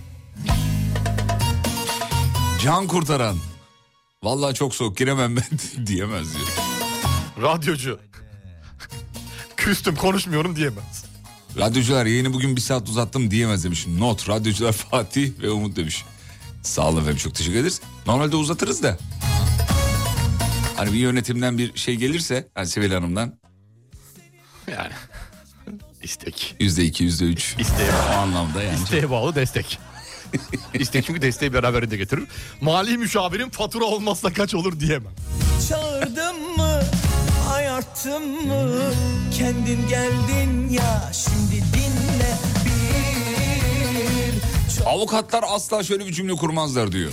C: Can kurtaran. Vallahi çok soğuk giremem ben diyemez diyor.
E: Radyocu. Küstüm konuşmuyorum diyemez.
C: Radyocular yayını bugün bir saat uzattım diyemez demiş. Not radyocular Fatih ve Umut demiş. Sağ olun efendim çok teşekkür ederiz. Normalde uzatırız da. Hani bir yönetimden bir şey gelirse hani Sibel Hanım'dan.
E: Yani.
C: istek. Yüzde iki, yüzde üç. O anlamda yani.
E: İsteğe bağlı destek. İstek çünkü desteği beraberinde getirir. Mali müşavirin fatura olmazsa kaç olur diyemem.
A: Çağırdım mı? Ayarttım mı? Kendin geldin ya şimdi dinle bir
C: Avukatlar asla şöyle bir cümle kurmazlar diyor.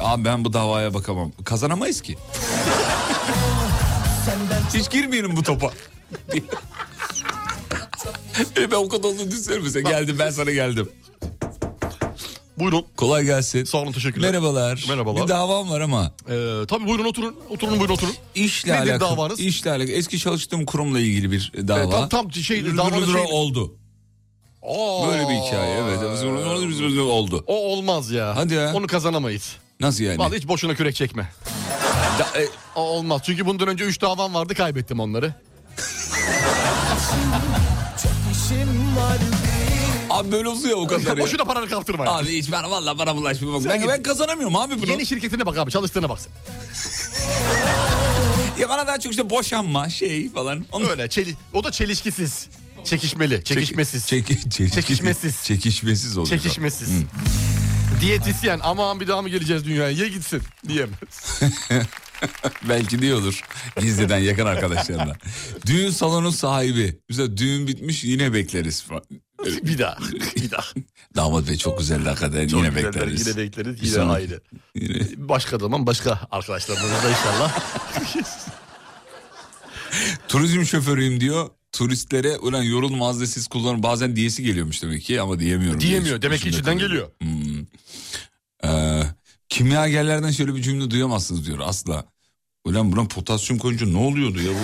C: Abi ben bu davaya bakamam. Kazanamayız ki. Hiç girmeyelim bu topa. E ben avukat olduğunu düşünsene mesela. Geldim ben sana geldim.
E: Buyurun.
C: Kolay gelsin.
E: Sağ olun teşekkürler.
C: Merhabalar.
E: Merhabalar.
C: Bir davam var ama.
E: Ee, tabii buyurun oturun. Oturun buyurun oturun.
C: İşle
E: Nedir
C: alakalı.
E: davanız?
C: İşle alakalı. Eski çalıştığım kurumla ilgili bir dava.
E: Evet, tam- tam şeydir,
C: Rüzgar
E: davanın
C: Rüzgar
E: şeydir.
C: oldu.
E: Aa.
C: Böyle bir hikaye evet. Ee, Rüzgar Rüzgar Rüzgar oldu.
E: O olmaz ya.
C: Hadi ya.
E: Onu kazanamayız.
C: Nasıl yani? e,
E: Vallahi hiç boşuna kürek çekme. O olmaz. Çünkü bundan önce 3 davam vardı kaybettim onları.
A: işim var
C: Abi böyle uzuyor o kadar ya.
E: Boşuna paranı kaptırma. ya.
C: Abi hiç bana valla bana bulaşma. Bak, ben, ben kazanamıyorum abi bunu.
E: Yeni şirketine bak abi çalıştığına bak sen.
C: Ya bana daha çok işte boşanma şey falan. Onu...
E: Öyle çeli... o da çelişkisiz. Çekişmeli, çekişmesiz.
C: çekişmesiz. Çekişmesiz oluyor.
E: Çekişmesiz. Diyetisyen aman bir daha mı geleceğiz dünyaya ye gitsin diyemez.
C: Belki diyordur. Gizliden yakın arkadaşlarına. Düğün salonu sahibi. Mesela düğün bitmiş yine bekleriz.
E: Bir daha. Bir daha.
C: Damat bey çok güzeldi hakikaten.
E: Çok
C: yine
E: güzeller,
C: bekleriz.
E: Yine bekleriz.
C: Bir
E: Yine
C: sonraki-
E: ayrı. Başka zaman başka arkadaşlarımızla inşallah.
C: Turizm şoförüyüm diyor. Turistlere ulan yorulmaz da siz kullanın. Bazen diyesi geliyormuş demek ki ama diyemiyorum.
E: Diyemiyor. Demek ki içinden geliyor.
C: Ee, kimyagerlerden şöyle bir cümle duyamazsınız diyor asla. Ulan buna potasyum koyunca ne oluyordu ya bu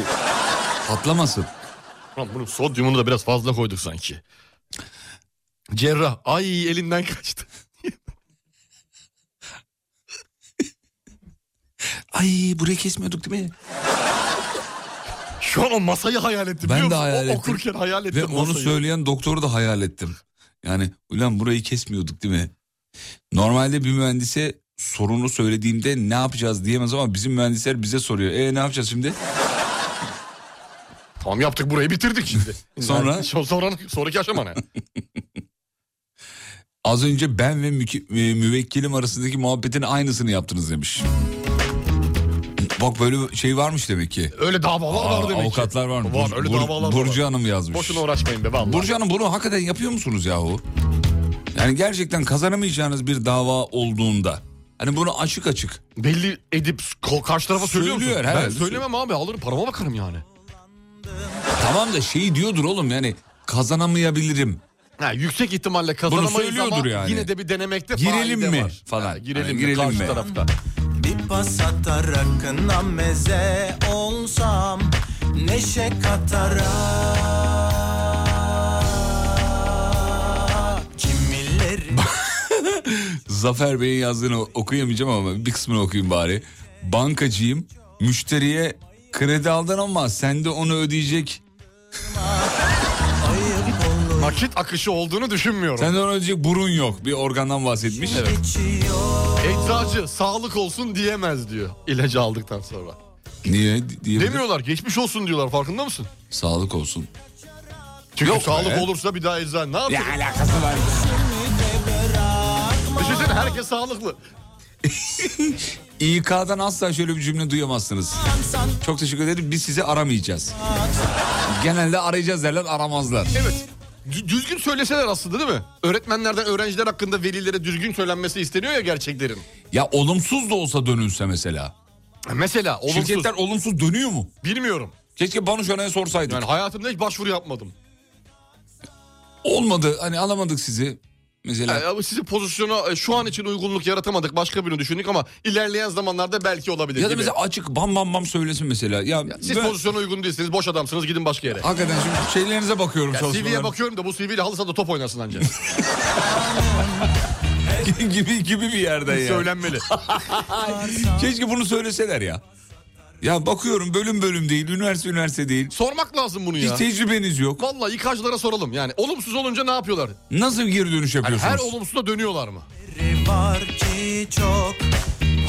C: patlamasın.
E: Ulan bunun sodyumunu da biraz fazla koyduk sanki. Cerrah. Ay elinden kaçtı.
C: Ay burayı kesmiyorduk değil mi?
E: Şu an o masayı hayal ettim
C: Ben
E: biliyor
C: de
E: musun? O
C: hayal ettim.
E: okurken hayal ettim
C: Ve onu
E: masayı.
C: söyleyen doktoru da hayal ettim. Yani ulan burayı kesmiyorduk değil mi? Normalde bir mühendise sorunu söylediğimde ne yapacağız diyemez ama bizim mühendisler bize soruyor. E ne yapacağız şimdi?
E: Tamam yaptık burayı bitirdik şimdi.
C: Sonra?
E: Son- sonra sonraki aşama ne?
C: Az önce ben ve müki- e, müvekkilim arasındaki muhabbetin aynısını yaptınız demiş. Bak böyle şey varmış demek ki.
E: Öyle davalar
C: Aa,
E: var demek ki.
C: Avukatlar var mı?
E: Var, öyle davalar
C: Burcu
E: var.
C: Hanım yazmış.
E: Boşuna uğraşmayın be vallahi.
C: Burcu Hanım bunu hakikaten yapıyor musunuz yahu? Yani gerçekten kazanamayacağınız bir dava olduğunda. Hani bunu açık açık.
E: Belli edip ko- karşı tarafa söylüyor musun?
C: Söylüyor
E: Ben
C: herhalde.
E: söylemem abi alırım parama bakarım yani.
C: Tamam da şeyi diyordur oğlum yani kazanamayabilirim.
E: Ha, yüksek ihtimalle
C: Bunu
E: kazanamayız
C: söylüyordur
E: ama
C: yani.
E: yine de bir denemekte
C: Girelim
E: faide
C: mi?
E: var.
C: Falan.
E: Ha, girelim
C: Hani
E: mi?
C: girelim
E: Karşı
C: mi?
E: tarafta.
A: Bir pas atar rakından meze olsam Neşe katara Kim bilir
C: Zafer Bey'in yazdığını okuyamayacağım ama bir kısmını okuyayım bari. Bankacıyım, müşteriye kredi aldın ama sen de onu ödeyecek.
E: Nakit akışı olduğunu düşünmüyorum.
C: Sen de onu ödeyecek burun yok. Bir organdan bahsetmiş.
E: Eczacı sağlık olsun diyemez diyor ilacı aldıktan sonra.
C: Niye? Di- diyebilir?
E: Demiyorlar geçmiş olsun diyorlar farkında mısın?
C: Sağlık olsun.
E: Çünkü
C: Yok
E: sağlık
C: be.
E: olursa bir daha eczane ne yapıyor?
C: Ne alakası var?
E: Düşünsene herkes sağlıklı.
C: İK'dan asla şöyle bir cümle duyamazsınız. Çok teşekkür ederim. Biz sizi aramayacağız. Genelde arayacağız derler aramazlar.
E: Evet. Dü- Düzgün söyleseler aslında değil mi? Öğretmenlerden öğrenciler hakkında velilere düzgün söylenmesi isteniyor ya gerçeklerin. E,
C: Ya olumsuz da olsa dönülse mesela.
E: Mesela olumsuz.
C: Şirketler olumsuz dönüyor mu?
E: Bilmiyorum.
C: Keşke Banu Şenay'a sorsaydık.
E: Yani hayatımda hiç başvuru yapmadım.
C: Olmadı hani alamadık sizi. Mesela
E: Yani sizi pozisyona e, şu an için uygunluk yaratamadık. Başka birini düşündük ama ilerleyen zamanlarda belki olabilir.
C: ya da
E: gibi.
C: mesela açık bam bam bam söylesin mesela. Ya,
E: siz
C: ben-
E: pozisyona uygun değilsiniz. Boş adamsınız. Gidin başka yere.
C: Hakikaten şimdi şeylerinize bakıyorum
E: Ya
C: çalışmalarına.
E: CV'ye bakıyorum da bu CV ile halı sahada top oynarsın anca.
C: gibi gibi bir yerden ya.
E: Söylenmeli.
C: Keşke bunu söyleseler ya. Ya bakıyorum bölüm bölüm değil, üniversite üniversite değil.
E: Sormak lazım bunu ya.
C: Hiç tecrübeniz yok.
E: Vallahi İK'cılara soralım yani. Olumsuz olunca ne yapıyorlar?
C: Nasıl geri dönüş
E: Yani
C: yapıyorsunuz?
E: her olumsuza dönüyorlar mı?
A: var ki çok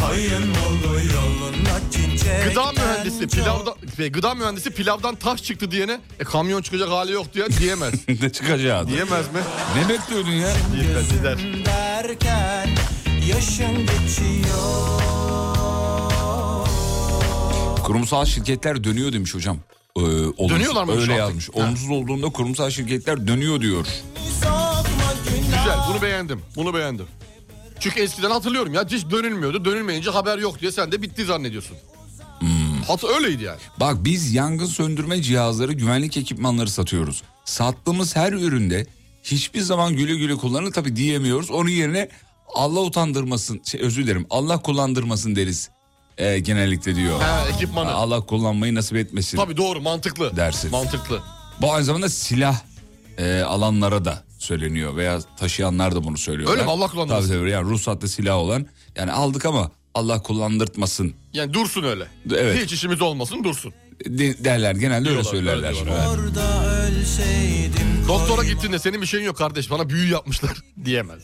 A: Hayın olur yoluna çiçek
E: Gıda mühendisi pilavdan e, gıda mühendisi pilavdan taş çıktı diyene e, kamyon çıkacak hali yok diye diyemez.
C: ne çıkacağı?
E: Diyemez mi?
C: Ne bekliyordun ya?
E: Diyemez gider.
A: derken yaşın geçiyor
C: Kurumsal şirketler dönüyor demiş hocam. Ee, olumsuz-
E: Dönüyorlar mı şu
C: Öyle
E: an?
C: yazmış.
E: Ha.
C: Olumsuz olduğunda kurumsal şirketler dönüyor diyor.
A: sokma günah
E: Güzel bunu beğendim. Bunu beğendim. Çünkü eskiden hatırlıyorum ya hiç dönülmüyordu. Dönülmeyince haber yok diye sen de bitti zannediyorsun.
C: Hmm.
E: Hat öyleydi yani.
C: Bak biz yangın söndürme cihazları, güvenlik ekipmanları satıyoruz. Sattığımız her üründe hiçbir zaman güle güle kullanın tabii diyemiyoruz. Onun yerine Allah utandırmasın, şey, özür dilerim Allah kullandırmasın deriz Ee, genellikle diyor.
E: Ha, ekipmanı.
C: Allah kullanmayı nasip etmesin
E: Tabii doğru mantıklı.
C: dersin.
E: Mantıklı.
C: Bu aynı zamanda silah e, alanlara da söyleniyor veya taşıyanlar da bunu söylüyorlar.
E: Öyle mi? Allah kullandırmasın.
C: Tabii tabii yani ruhsatlı silah olan yani aldık ama Allah kullandırtmasın
E: Yani dursun öyle.
C: Evet.
E: Hiç işimiz olmasın dursun.
C: e, de- derler genelde öyle
E: Diyorlar,
C: söylerler.
E: öyle diyorlar.
C: Evet.
E: Doktora gittiğinde senin bir şeyin yok kardeş bana büyü yapmışlar diyemez.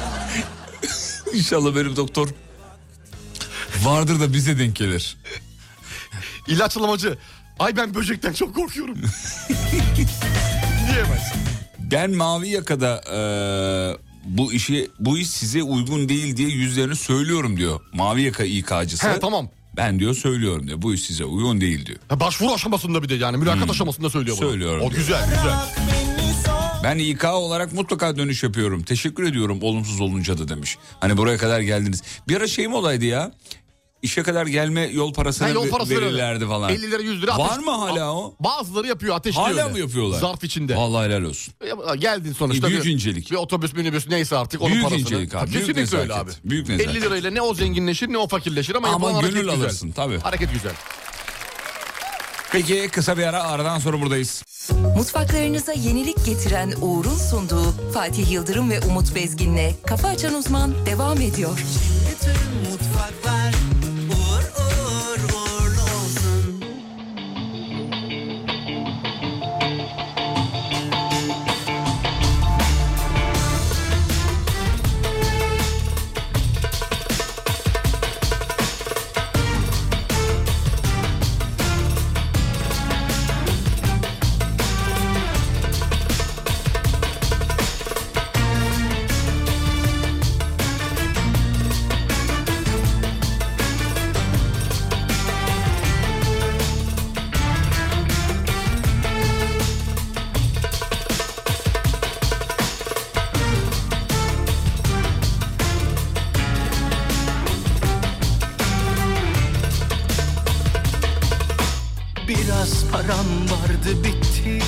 C: İnşallah benim doktor vardır da bize denk gelir.
E: İlaçlamacı. Ay ben böcekten çok korkuyorum. diyemez.
C: Ben mavi yakada e, bu işi bu iş size uygun değil diye yüzlerini söylüyorum diyor. Mavi yaka İK'cısı.
E: He, tamam.
C: Ben diyor söylüyorum diyor. Bu iş size uygun değil diyor.
E: Ha, Başvuru aşamasında bir de yani mülakat
C: Hmm.
E: aşamasında söylüyor bunu. O
C: Söylüyorum diyor.
E: güzel güzel.
C: Ben İK olarak mutlaka dönüş yapıyorum. Teşekkür ediyorum olumsuz olunca da demiş. Hani buraya kadar geldiniz. Bir ara şey mi olaydı ya? İşe kadar gelme yol parasını
E: Ha, yol
C: ve-
E: parasını
C: verirlerdi falan.
E: 50 lira 100 lira. ateş-
C: Var mı hala o?
E: Bazıları yapıyor ateşliyor.
C: Hala
E: öyle.
C: mı yapıyorlar?
E: Zarf içinde.
C: Vallahi helal olsun.
E: E, Ya, Geldin sonuçta.
C: İyi, büyük
E: bir-
C: incelik.
E: Bir otobüs minibüs neyse artık onun
C: Büyük
E: parasını.
C: incelik abi,
E: Ha,
C: büyük
E: Kesinlikle öyle abi.
C: nezaket, büyük nezaket.
E: 50 lirayla ne o zenginleşir ne o fakirleşir ama,
C: Ama
E: yapılan
C: gönül
E: hareket
C: alırsın,
E: güzel.
C: tabii.
E: Hareket güzel.
C: Peki kısa bir ara aradan sonra buradayız.
D: Mutfaklarınıza yenilik getiren Uğur'un sunduğu Fatih Yıldırım ve Umut Bezgin'le Kafa Açan Uzman devam ediyor.
P: Bütün mutfaklar uğur uğur uğurlu olsun. Biraz param vardı bitti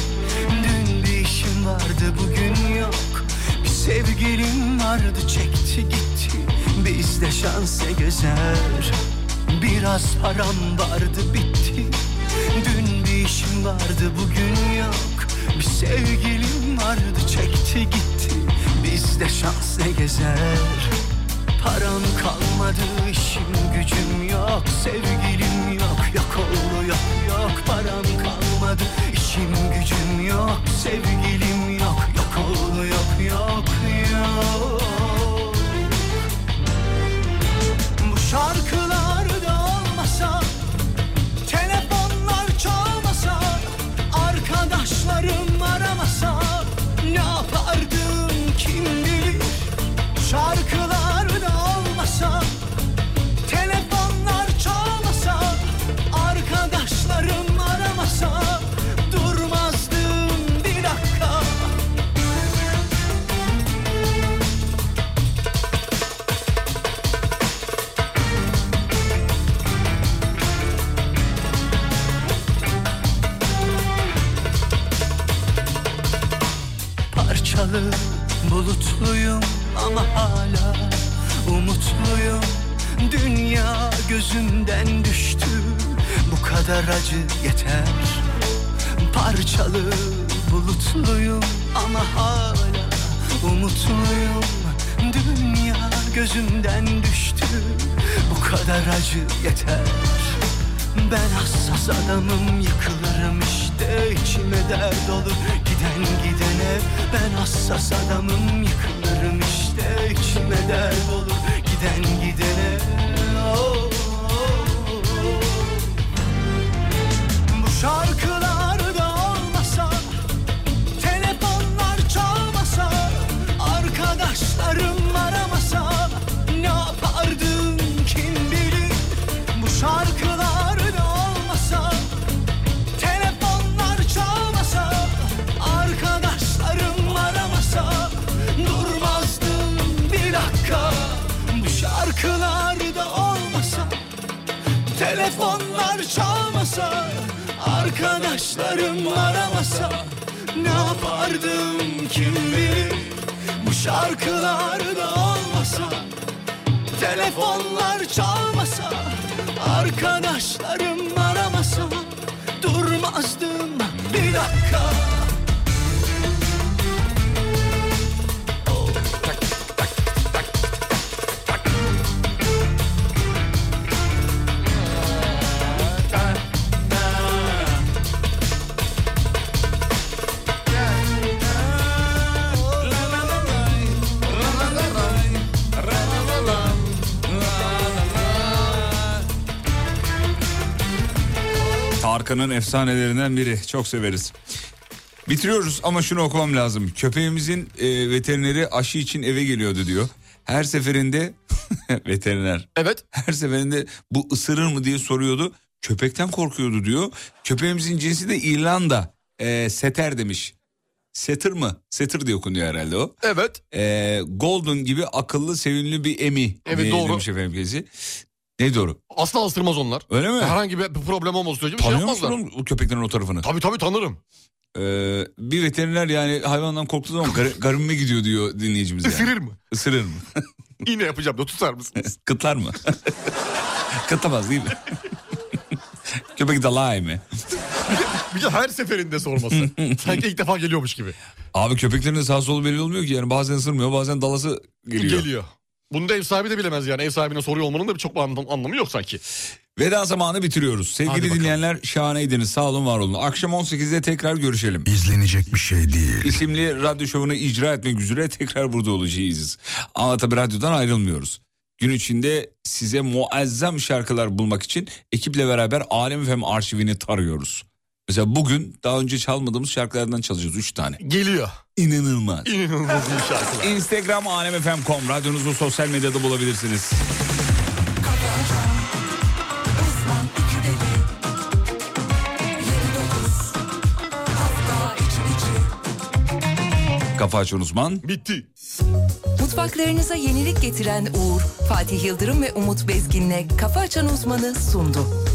P: Dün bir işim vardı bugün yok Bir sevgilim vardı çekti gitti Bizde şanse gezer Biraz param vardı bitti Dün bir işim vardı bugün yok Bir sevgilim vardı çekti gitti Bizde şanse gezer Param kalmadı, işim gücüm yok Sevgilim yok, yok oldu yok yok Param kalmadı, işim gücüm yok Sevgilim yok, yok oldu yok yok yok Bu şarkılarda olmasa Telefonlar çalmasa Arkadaşlarım aramasa Ne yapardım kim bilir Şarkılar da olmasa Telefonlar çalmasa Arkadaşlarım aramasa Durmazdım bir dakika Parçalı bulutluyum ama hala umutluyum Dünya gözümden düştü bu kadar acı yeter Parçalı bulutluyum ama hala umutluyum Dünya gözümden düştü bu kadar acı yeter ben hassas adamım yıkılırım işte içime dert olur giden gidene Ben hassas adamım yıkılırım işte içime dert olur giden gidene Oh, oh, oh. Bu şarkılarda olmasa Telefonlar çalmasa Arkadaşlarım aramasa Ne yapardım kim bilir bu şarkılar da olmasa Telefonlar çalmasa Arkadaşlarım aramasa Durmazdım bir dakika Bu şarkılar da olmasa Telefonlar çalmasa Arkadaşlarım aramasa Ne yapardım kim bilir Bu şarkılar da olmasa Telefonlar çalmasa Arkadaşlarım aramasa Durmazdım bir dakika
C: Tarkan'ın efsanelerinden biri. Çok severiz. Bitiriyoruz ama şunu okumam lazım. Köpeğimizin e, veterineri aşı için eve geliyordu diyor. Her seferinde veteriner.
E: Evet.
C: Her seferinde bu ısırır mı diye soruyordu. Köpekten korkuyordu diyor. Köpeğimizin cinsi de İrlanda. E, seter demiş. Setter mı? Setter diye okunuyor herhalde o. E,
E: Evet.
C: Golden gibi akıllı, sevimli bir emi.
E: Evet,
C: diye
E: doğru.
C: Demiş efendim kendisi. Ne doğru?
E: Asla ısırmaz onlar.
C: Öyle mi?
E: Herhangi bir problem olması sürece bir şey
C: Tanıyor
E: yapmazlar.
C: musun o köpeklerin o tarafını? Ee,
E: Tabii tabii tanırım.
C: bir veteriner yani hayvandan korktuğu zaman gar- garibime gidiyor diyor dinleyicimiz yani.
E: Isırır mı?
C: Isırır mı?
E: Yine yapacağım da tutar mısınız?
C: Kıtlar mı? Kıtlamaz değil mi? Köpek dalay mı?
E: Bir de her seferinde sorması. Sanki ilk defa geliyormuş gibi.
C: Abi köpeklerin de sağ solu belli olmuyor ki yani bazen ısırmıyor bazen dalası geliyor.
E: Geliyor. Bunu da ev sahibi de bilemez yani. Ev sahibine soruyor olmanın da bir çok anlam- anlamı yok sanki.
C: Veda zamanı bitiriyoruz.
E: Hadi
C: Sevgili
E: bakalım.
C: dinleyenler şahaneydiniz. Sağ olun var olun. Akşam 18'de tekrar görüşelim.
Q: İzlenecek bir şey değil.
C: İsimli radyo şovunu icra etmek üzere tekrar burada olacağız. Ama tabii radyodan ayrılmıyoruz. Gün içinde size muazzam şarkılar bulmak için ekiple beraber Alem FM arşivini tarıyoruz. Mesela bugün daha önce çalmadığımız şarkılardan çalacağız 3 tane.
E: Geliyor.
C: İnanılmaz.
E: İnanılmaz bir şarkı.
C: Instagram alemfm.com radyonuzu sosyal medyada bulabilirsiniz. Kafa açan uzman.
E: Bitti.
D: Mutfaklarınıza yenilik getiren Uğur, Fatih Yıldırım ve Umut Bezgin'le Kafa Açan Uzman'ı sundu.